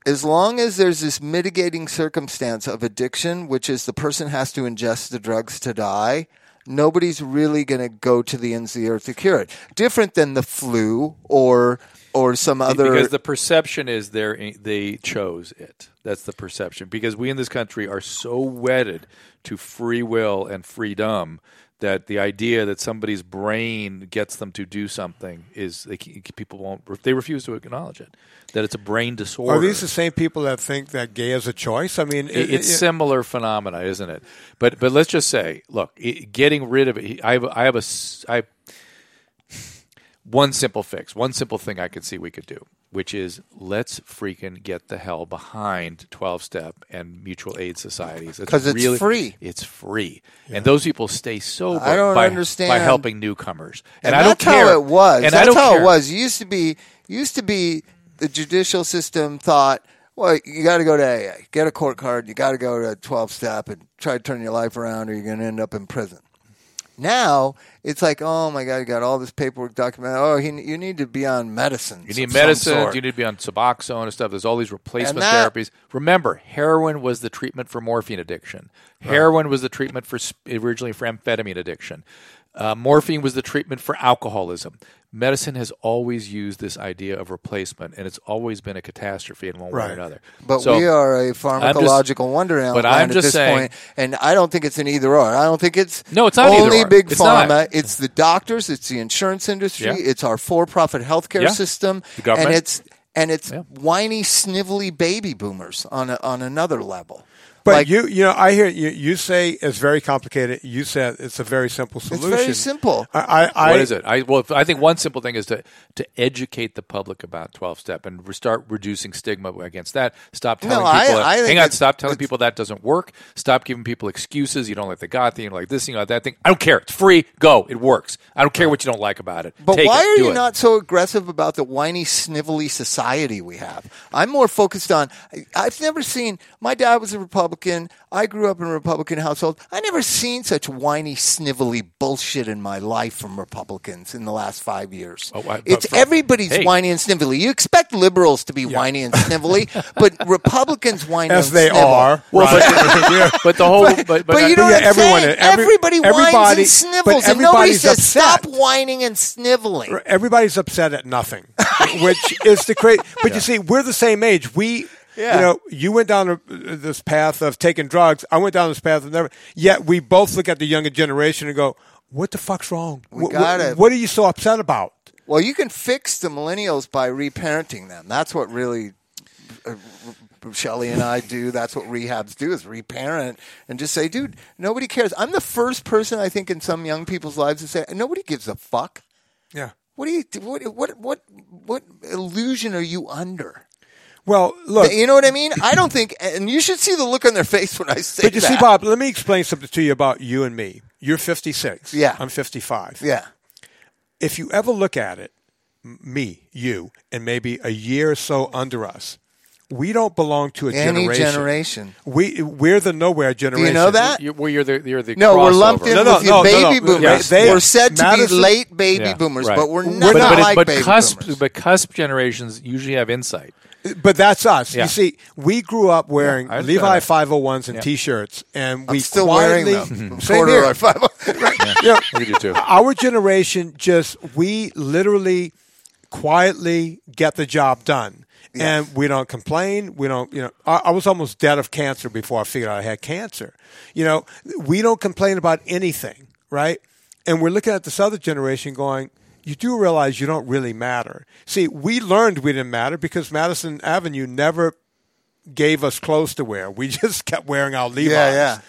Speaker 4: as long as there's this mitigating circumstance of addiction, which is the person has to ingest the drugs to die, nobody's really going to go to the ends of the earth to cure it. Different than the flu or or some other
Speaker 2: because the perception is they they chose it. That's the perception because we in this country are so wedded to free will and freedom that the idea that somebody's brain gets them to do something is they, can't- people won't they refuse to acknowledge it that it's a brain disorder.
Speaker 3: Are these the same people that think that gay is a choice? I mean,
Speaker 2: It- it's similar phenomena, isn't it? But but let's just say, look, it, getting rid of it. I have I have a s- I one simple fix, one simple thing I could see we could do, which is let's freaking get the hell behind twelve step and mutual aid societies
Speaker 4: 'Cause it's
Speaker 2: really-
Speaker 4: free.
Speaker 2: It's free, and those people stay sober.
Speaker 4: I don't
Speaker 2: by, by
Speaker 4: understand.
Speaker 2: helping newcomers, and,
Speaker 4: And,
Speaker 2: I don't
Speaker 4: that's
Speaker 2: care.
Speaker 4: how it was.
Speaker 2: And
Speaker 4: that's
Speaker 2: I don't
Speaker 4: how
Speaker 2: care.
Speaker 4: it was. It used to be used to be the judicial system thought, well, you got to go to AA, get a court card, you got to go to 12 step and try to turn your life around or you're going to end up in prison. Now, it's like, oh my god, you got all this paperwork documented. Oh, he, you need to be on medicine.
Speaker 2: You need medicine. You need to be on Suboxone and stuff. There's all these replacement
Speaker 4: And that-
Speaker 2: therapies. Remember, heroin was the treatment for morphine addiction. Heroin was the treatment for sp- originally for amphetamine addiction. Uh, morphine was the treatment for alcoholism. Medicine has always used this idea of replacement, and it's always been a catastrophe in one way
Speaker 3: Right.
Speaker 2: or another.
Speaker 4: But
Speaker 2: So-
Speaker 4: we uh, are a pharmacological wonderland
Speaker 2: but I'm
Speaker 4: at
Speaker 2: just
Speaker 4: this
Speaker 2: saying-
Speaker 4: point, and I don't think it's an either or. I don't think it's
Speaker 2: No, it's not
Speaker 4: only
Speaker 2: either or.
Speaker 4: big
Speaker 2: It's
Speaker 4: pharma.
Speaker 2: not.
Speaker 4: It's the doctors. It's the insurance industry.
Speaker 2: Yeah.
Speaker 4: It's our for-profit healthcare
Speaker 2: Yeah.
Speaker 4: system,
Speaker 2: The government.
Speaker 4: and it's and it's whiny, snivelly baby boomers on a, on another level.
Speaker 3: but
Speaker 4: Like,
Speaker 3: you you know, I hear you. You say it's very complicated. You said it's a very simple
Speaker 4: it's
Speaker 3: solution.
Speaker 4: very simple.
Speaker 3: I, I,
Speaker 2: what
Speaker 3: I-
Speaker 2: is it? I well, I think one simple thing is to to educate the public about twelve step and re- start reducing stigma against that. Stop telling
Speaker 4: No, I-
Speaker 2: people.
Speaker 4: I think
Speaker 2: hang on,
Speaker 4: it's-
Speaker 2: stop telling people that doesn't work. Stop giving people excuses. You don't like the God thing. You don't like this. You don't like that thing. I don't care. It's free. Go. It works. I don't care what you don't like about it.
Speaker 4: But
Speaker 2: Take
Speaker 4: why
Speaker 2: it.
Speaker 4: are
Speaker 2: Do
Speaker 4: you
Speaker 2: it.
Speaker 4: not so aggressive about the whiny, snivelly society we have? I'm more focused on. I, I've never seen. My dad was a Republican. Republican. I grew up in a Republican household. I never seen such whiny, snivelly bullshit in my life from Republicans in the last five years.
Speaker 2: Oh, I- but
Speaker 4: it's
Speaker 2: for-
Speaker 4: everybody's
Speaker 2: hey.
Speaker 4: whiny and snivelly. You expect liberals to be whiny and snivelly, but Republicans whine
Speaker 3: As
Speaker 4: and
Speaker 3: they
Speaker 4: snivel.
Speaker 3: are.
Speaker 2: Well,
Speaker 3: right?
Speaker 2: but, but the whole but, but,
Speaker 4: But
Speaker 2: I-
Speaker 4: you know
Speaker 3: yeah,
Speaker 4: what I'm
Speaker 3: everyone
Speaker 4: saying?
Speaker 3: is. Every-
Speaker 4: everybody whines
Speaker 3: everybody-
Speaker 4: and
Speaker 3: but
Speaker 4: snivels, and nobody
Speaker 3: everybody's
Speaker 4: says stop
Speaker 3: upset."
Speaker 4: whining and sniveling.
Speaker 3: Everybody's upset at nothing, which is the crazy. But you see, we're the same age. We,
Speaker 4: Yeah.
Speaker 3: you know, you went down a, this path of taking drugs. I went down this path of never. Yet we both look at the younger generation and go, "What the fuck's wrong? Wh- wh-
Speaker 4: got it.
Speaker 3: What are you so upset about?"
Speaker 4: Well, you can fix the millennials by reparenting them. That's what really uh, Shelly and I do. That's what rehabs do is reparent and just say, dude, nobody cares. I'm the first person I think in some young people's lives to say, nobody gives a fuck.
Speaker 3: Yeah.
Speaker 4: What do you? What what what what illusion are you under?
Speaker 3: Well, look,
Speaker 4: You know what I mean? I don't think, and you should see the look on their face when I say
Speaker 3: But you
Speaker 4: that.
Speaker 3: see, Bob, let me explain something to you about you and me. You're 56.
Speaker 4: Yeah.
Speaker 3: I'm 55.
Speaker 4: Yeah.
Speaker 3: If you ever look at it, m- me, you, and maybe a year or so under us, we don't belong to a
Speaker 4: Any
Speaker 3: generation.
Speaker 4: generation.
Speaker 3: We we're the nowhere generation.
Speaker 4: that?
Speaker 2: you, well, you're the you're the
Speaker 4: No, we're
Speaker 2: crossover.
Speaker 4: lumped in
Speaker 3: No, no,
Speaker 4: with you
Speaker 3: no, no,
Speaker 4: baby
Speaker 3: no.
Speaker 4: boomers.
Speaker 3: They-
Speaker 4: we're said to
Speaker 3: Madison-
Speaker 4: be late baby
Speaker 2: Yeah,
Speaker 4: boomers,
Speaker 2: right.
Speaker 4: but we're
Speaker 3: We're
Speaker 4: not,
Speaker 3: not-
Speaker 4: not
Speaker 2: but,
Speaker 4: like
Speaker 2: but
Speaker 4: baby
Speaker 2: cusp
Speaker 4: boomers.
Speaker 2: but cusp generations usually have insight.
Speaker 3: But that's us.
Speaker 2: Yeah.
Speaker 3: You see, we grew up wearing
Speaker 2: I understand
Speaker 3: Levi
Speaker 2: that.
Speaker 3: 501s and T-shirts, and we
Speaker 4: I'm still
Speaker 3: quietly, Mhm.
Speaker 4: wearing them.
Speaker 3: Same
Speaker 4: Quarter
Speaker 3: here.
Speaker 4: or five.
Speaker 3: You know,
Speaker 2: We do too.
Speaker 3: our generation just we literally quietly get the job done and we don't complain we don't you know I, I was almost dead of cancer before i figured out i had cancer you know we don't complain about anything right and we're looking at this other generation going you do realize you don't really matter see we learned we didn't matter because madison avenue never gave us clothes to wear we just kept wearing our levi's
Speaker 4: yeah.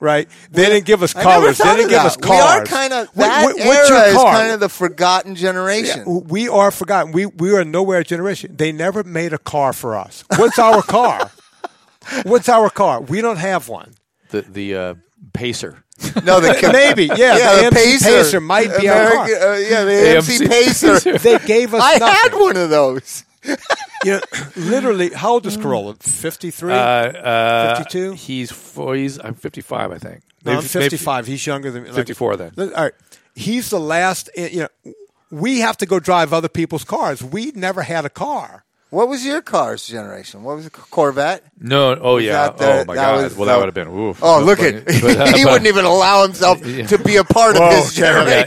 Speaker 3: Right, they didn't give us
Speaker 4: I never
Speaker 3: colors. They
Speaker 4: thought
Speaker 3: didn't
Speaker 4: of
Speaker 3: give
Speaker 4: that.
Speaker 3: us cars.
Speaker 4: We are kind of
Speaker 3: What-
Speaker 4: that
Speaker 3: what- what's your
Speaker 4: era is
Speaker 3: car?
Speaker 4: kind of the forgotten generation.
Speaker 3: we are forgotten. We we are nowhere generation. They never made a car for us. What's our car? What's our car? We don't have one.
Speaker 2: The the uh, pacer.
Speaker 4: no, the
Speaker 3: Maybe, yeah.
Speaker 4: yeah,
Speaker 3: the, MC Pacer. might be
Speaker 4: American,
Speaker 3: our car.
Speaker 4: uh, yeah, the
Speaker 2: AMC
Speaker 4: AMC Pacer.
Speaker 3: They gave us.
Speaker 4: I
Speaker 3: nothing.
Speaker 4: had one of those.
Speaker 3: You know, literally, how old is
Speaker 4: Mm.
Speaker 3: Corolla? Fifty three.
Speaker 2: Uh, uh,
Speaker 3: 52?
Speaker 2: He's four, he's I'm 55, I think.
Speaker 3: No, I'm
Speaker 2: Maybe- maybe-
Speaker 3: 55. He's younger than me. Like-
Speaker 2: 54 then.
Speaker 3: All right. He's the last. eh, You know, we have to go drive other people's cars. We never had a car.
Speaker 4: What was your car's generation? What was it? Corvette?
Speaker 2: No, oh yeah.
Speaker 4: That the-
Speaker 2: oh my
Speaker 4: that
Speaker 2: god.
Speaker 4: was
Speaker 2: well, that
Speaker 4: the-
Speaker 2: would have been oof.
Speaker 4: Oh,
Speaker 2: But-
Speaker 4: look at
Speaker 2: but- but-
Speaker 4: he wouldn't even allow himself to be a part of this generation.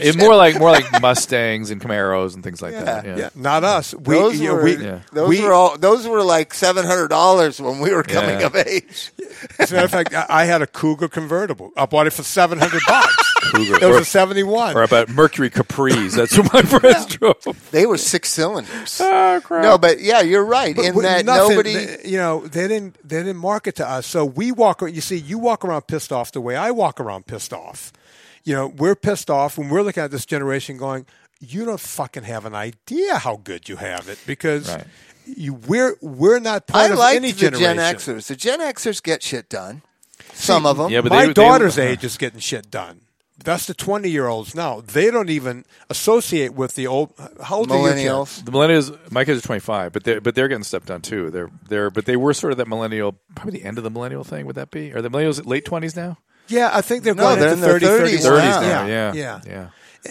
Speaker 2: Yeah, it more like more like Mustangs and Camaros and things like that.
Speaker 4: Yeah.
Speaker 2: Yeah.
Speaker 3: Yeah, not us. We,
Speaker 4: those
Speaker 3: you know,
Speaker 4: were,
Speaker 3: we,
Speaker 2: Yeah.
Speaker 4: those
Speaker 3: we-
Speaker 4: were all those were like seven hundred dollars when we were coming
Speaker 2: Yeah.
Speaker 4: of age.
Speaker 3: As a matter of fact, I I had a Cougar convertible. I bought it for seven hundred bucks.
Speaker 2: Cougar.
Speaker 3: It was
Speaker 2: Or-
Speaker 3: a seventy-one.
Speaker 2: Or about Mercury Capris. That's what my friends drove.
Speaker 4: They were six cylinders.
Speaker 2: Oh, crap.
Speaker 4: No, but yeah, you're right
Speaker 3: But
Speaker 4: in
Speaker 3: with
Speaker 4: that
Speaker 3: nothing,
Speaker 4: nobody.
Speaker 3: th- you know, they didn't, they didn't market to us. So we walk. You see, you walk around pissed off the way I walk around pissed off. You know, we're pissed off when we're looking at this generation, going, "You don't fucking have an idea how good you have it because
Speaker 2: Right.
Speaker 3: you we're we're not
Speaker 4: I
Speaker 3: part of
Speaker 4: like
Speaker 3: any
Speaker 4: the
Speaker 3: generation."
Speaker 4: Gen Xers. The Gen Xers get shit done. Some of them.
Speaker 2: Yeah, but
Speaker 3: my
Speaker 2: they- they-
Speaker 3: daughter's age is getting shit done. That's the twenty-year-olds now. They don't even associate with the old. How old are you, Jen?
Speaker 4: millennials.
Speaker 2: The millennials, my kids are 25, but they're but they're getting stepped on too. They're they're but they were sort of that millennial, probably the end of the millennial thing. Would that be? Are the millennials late 20s now?
Speaker 3: Yeah, I think they're
Speaker 4: No,
Speaker 3: going
Speaker 4: they're
Speaker 3: into
Speaker 4: in their
Speaker 3: 30,
Speaker 4: 30s
Speaker 3: 31.
Speaker 4: now.
Speaker 2: now.
Speaker 3: Yeah,
Speaker 2: Yeah,
Speaker 3: yeah,
Speaker 2: yeah.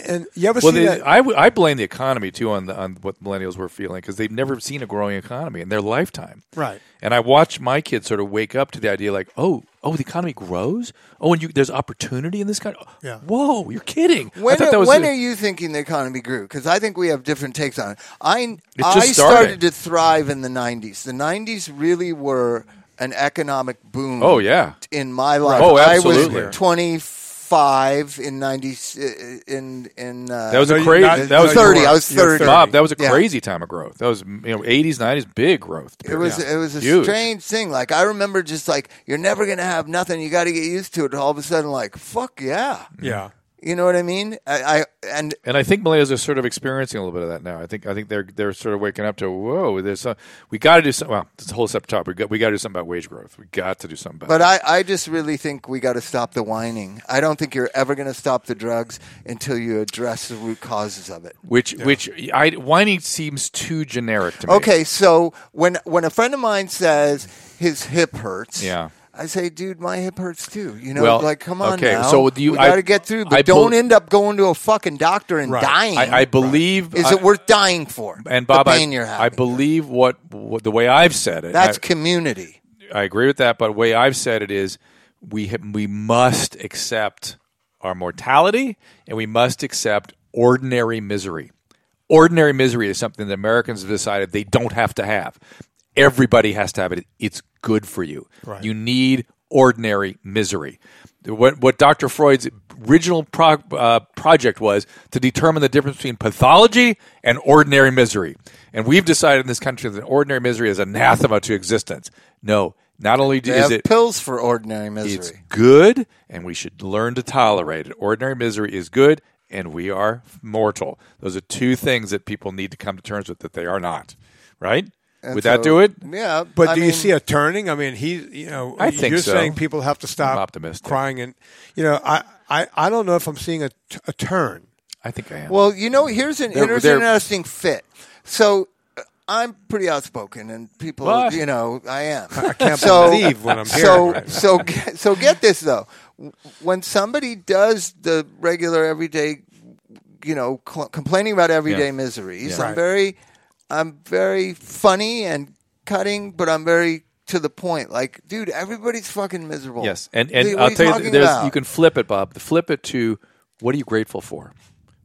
Speaker 3: And you ever
Speaker 2: Well,
Speaker 3: see
Speaker 2: they,
Speaker 3: that?
Speaker 2: I, w- I blame the economy too on the, on what millennials were feeling because they've never seen a growing economy in their lifetime.
Speaker 3: Right.
Speaker 2: And I watch my kids sort of wake up to the idea like, oh, oh, the economy grows. Oh, and you, there's opportunity in this country.
Speaker 3: Yeah.
Speaker 2: Whoa, you're kidding. I
Speaker 4: When,
Speaker 2: thought
Speaker 4: are,
Speaker 2: that was
Speaker 4: when
Speaker 2: a-
Speaker 4: are you thinking the economy grew? Because I think we have different takes on it. I,
Speaker 2: just
Speaker 4: I started
Speaker 2: started.
Speaker 4: to thrive in the 90s. The 90s really were an economic boom.
Speaker 2: Oh yeah.
Speaker 4: in my life.
Speaker 2: Oh,
Speaker 4: I
Speaker 2: absolutely.
Speaker 4: was 25 in 90 uh, in in uh,
Speaker 2: That was
Speaker 3: No,
Speaker 2: a
Speaker 3: you-
Speaker 2: crazy.
Speaker 3: not-
Speaker 2: that was
Speaker 3: no, you
Speaker 4: 30. I
Speaker 3: weren't.
Speaker 4: was
Speaker 3: You were
Speaker 4: 30.
Speaker 2: Bob. That was a
Speaker 4: Yeah.
Speaker 2: crazy time of growth. That was you know 80s, 90s, big growth.
Speaker 4: it was it was a
Speaker 2: Huge.
Speaker 4: strange thing. Like I remember just like you're never going to have nothing. You got to get used to it. All of a sudden like fuck yeah.
Speaker 2: Mm-hmm.
Speaker 3: yeah.
Speaker 4: You know what I mean? I, I and
Speaker 2: And I think millennials are sort of experiencing a little bit of that now. I think I think they're they're sort of waking up to whoa. There's some, we got to do something. Well, it's a whole separate topic. We got, we got to do something about wage growth. We got to do something about.
Speaker 4: But
Speaker 2: it.
Speaker 4: I, I just really think we got to stop the whining. I don't think you're ever going to stop the drugs until you address the root causes of it.
Speaker 2: which which I whining seems too generic to me.
Speaker 4: Okay, so when when a friend of mine says his hip hurts,
Speaker 2: Yeah.
Speaker 4: I say, dude, my hip hurts too. You know,
Speaker 2: Well,
Speaker 4: like come on
Speaker 2: okay,
Speaker 4: now.
Speaker 2: so do you-
Speaker 4: we
Speaker 2: I-
Speaker 4: got to get through, but
Speaker 2: I bel-
Speaker 4: don't end up going to a fucking doctor and
Speaker 3: Right.
Speaker 4: dying.
Speaker 2: I, I believe.
Speaker 4: is
Speaker 2: I-
Speaker 4: it worth dying for?
Speaker 2: And Bob,
Speaker 4: the pain
Speaker 2: I,
Speaker 4: you're
Speaker 2: I
Speaker 4: having.
Speaker 2: believe what, what the way I've said it.
Speaker 4: that's
Speaker 2: I-
Speaker 4: community.
Speaker 2: I agree with that, but the way I've said it is we ha- we must accept our mortality and we must accept ordinary misery. Ordinary misery is something that Americans have decided they don't have to have. Everybody has to have it. It's good for you. You need ordinary misery. What, what Dr. Freud's original pro- uh, project was to determine the difference between pathology and ordinary misery. And we've decided in this country that ordinary misery is anathema to existence. No, not only do,
Speaker 4: They
Speaker 2: is
Speaker 4: have
Speaker 2: it
Speaker 4: pills for ordinary
Speaker 2: it's
Speaker 4: misery.
Speaker 2: good, and we should learn to tolerate it. Ordinary misery is good, and we are mortal. Those are two things that people need to come to terms with that they are not. Right? Would that
Speaker 4: So,
Speaker 2: do it?
Speaker 4: Yeah,
Speaker 3: But
Speaker 4: I
Speaker 3: do you
Speaker 4: mean,
Speaker 3: see a turning? I mean, he, you know,
Speaker 2: I think
Speaker 3: you're
Speaker 2: so.
Speaker 3: saying people have to stop
Speaker 2: I'm optimistic.
Speaker 3: crying, and you know, I, I, I don't know if I'm seeing a, t- a turn.
Speaker 2: I think I am.
Speaker 4: Well, you know, here's an
Speaker 2: They're-
Speaker 4: here's
Speaker 2: they're-
Speaker 4: an interesting fit. So uh, I'm pretty outspoken, and people,
Speaker 2: What?
Speaker 4: you know, I am. I
Speaker 3: can't believe what I'm
Speaker 4: so,
Speaker 3: hearing right
Speaker 4: So, get, so get this though: when somebody does the regular, everyday, you know, cl- complaining about everyday
Speaker 2: Yeah.
Speaker 4: miseries,
Speaker 2: Yeah.
Speaker 4: I'm very, I'm very funny and cutting, but I'm very to the point. Like, dude, everybody's fucking miserable.
Speaker 2: Yes, and and
Speaker 4: What are
Speaker 2: I'll tell you,
Speaker 4: talking
Speaker 2: there's,
Speaker 4: about?
Speaker 2: you can flip it, Bob. Flip it to what are you grateful for?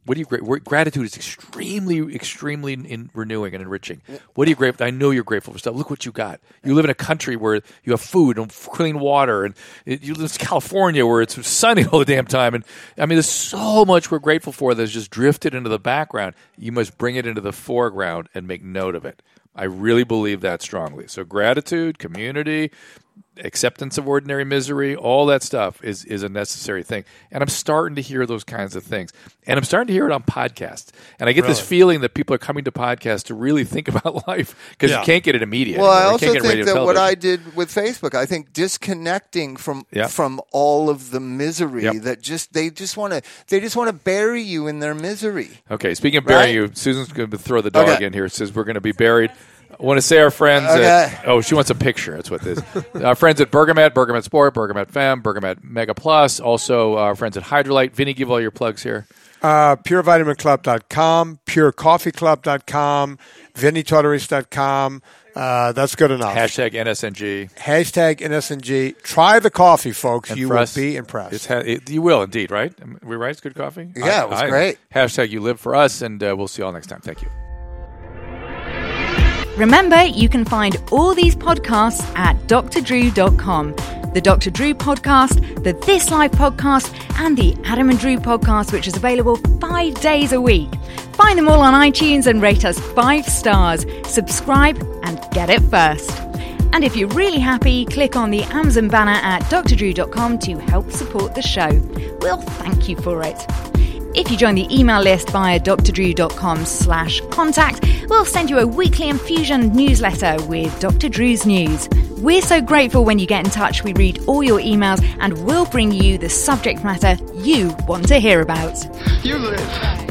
Speaker 2: What are you grateful? Gratitude is extremely, extremely in, renewing and enriching. What are you grateful? I know you're grateful for stuff. Look what you got. You live in a country where you have food and clean water, and it, you live in California where it's sunny all the damn time. And I mean, there's so much we're grateful for that's just drifted into the background. You must bring it into the foreground and make note of it. I really believe that strongly. So gratitude, community, acceptance of ordinary misery, all that stuff is is a necessary thing. And I'm starting to hear those kinds of things. And I'm starting to hear it on podcasts. And I get this feeling that people are coming to podcasts to really think about life because
Speaker 3: Yeah.
Speaker 2: you can't get it immediate.
Speaker 4: Well, I
Speaker 2: anymore. You
Speaker 4: also
Speaker 2: can't get
Speaker 4: think that
Speaker 2: radio
Speaker 4: what I
Speaker 2: television.
Speaker 4: did with Facebook, I think disconnecting from
Speaker 2: Yeah.
Speaker 4: from all of the misery
Speaker 2: Yep.
Speaker 4: that just they just want to they just want to bury you in their misery.
Speaker 2: Okay, speaking of burying
Speaker 4: Right?
Speaker 2: you, Susan's going to throw the dog
Speaker 4: Okay.
Speaker 2: in here. It says we're going to be buried. I want to say our friends.
Speaker 4: Okay.
Speaker 2: At, oh, she wants a picture. That's what this. our friends at Bergamet, Bergamet Sport, Bergamet Femme, Bergamet Mega Plus. Also, our friends at Hydrolite. Vinny, give all your plugs here.
Speaker 3: Uh, PureVitaminClub.com, PureCoffeeClub.com, VinnyTartaris.com. Uh, that's good enough.
Speaker 2: Hashtag NSNG.
Speaker 3: Hashtag NSNG. Try the coffee, folks.
Speaker 2: And
Speaker 3: you
Speaker 2: for
Speaker 3: will
Speaker 2: us,
Speaker 3: be
Speaker 2: It's
Speaker 3: impressed.
Speaker 2: ha- it, you will indeed, right? Am- We right? It's good coffee.
Speaker 4: Yeah, it was great.
Speaker 2: Hashtag you live for us, and uh, we'll see you all next time. Thank you.
Speaker 7: Remember, you can find all these podcasts at drdrew.com. The Dr. Drew podcast, the This Life podcast, and the Adam and Drew podcast, which is available five days a week. Find them all on iTunes and rate us five stars. Subscribe and get it first. And if you're really happy, click on the Amazon banner at drdrew.com to help support the show. We'll thank you for it. If you join the email list via drdrew.com slash contact, we'll send you a weekly infusion newsletter with Dr. Drew's news. We're so grateful when you get in touch. We read all your emails and we'll bring you the subject matter you want to hear about.
Speaker 8: You live.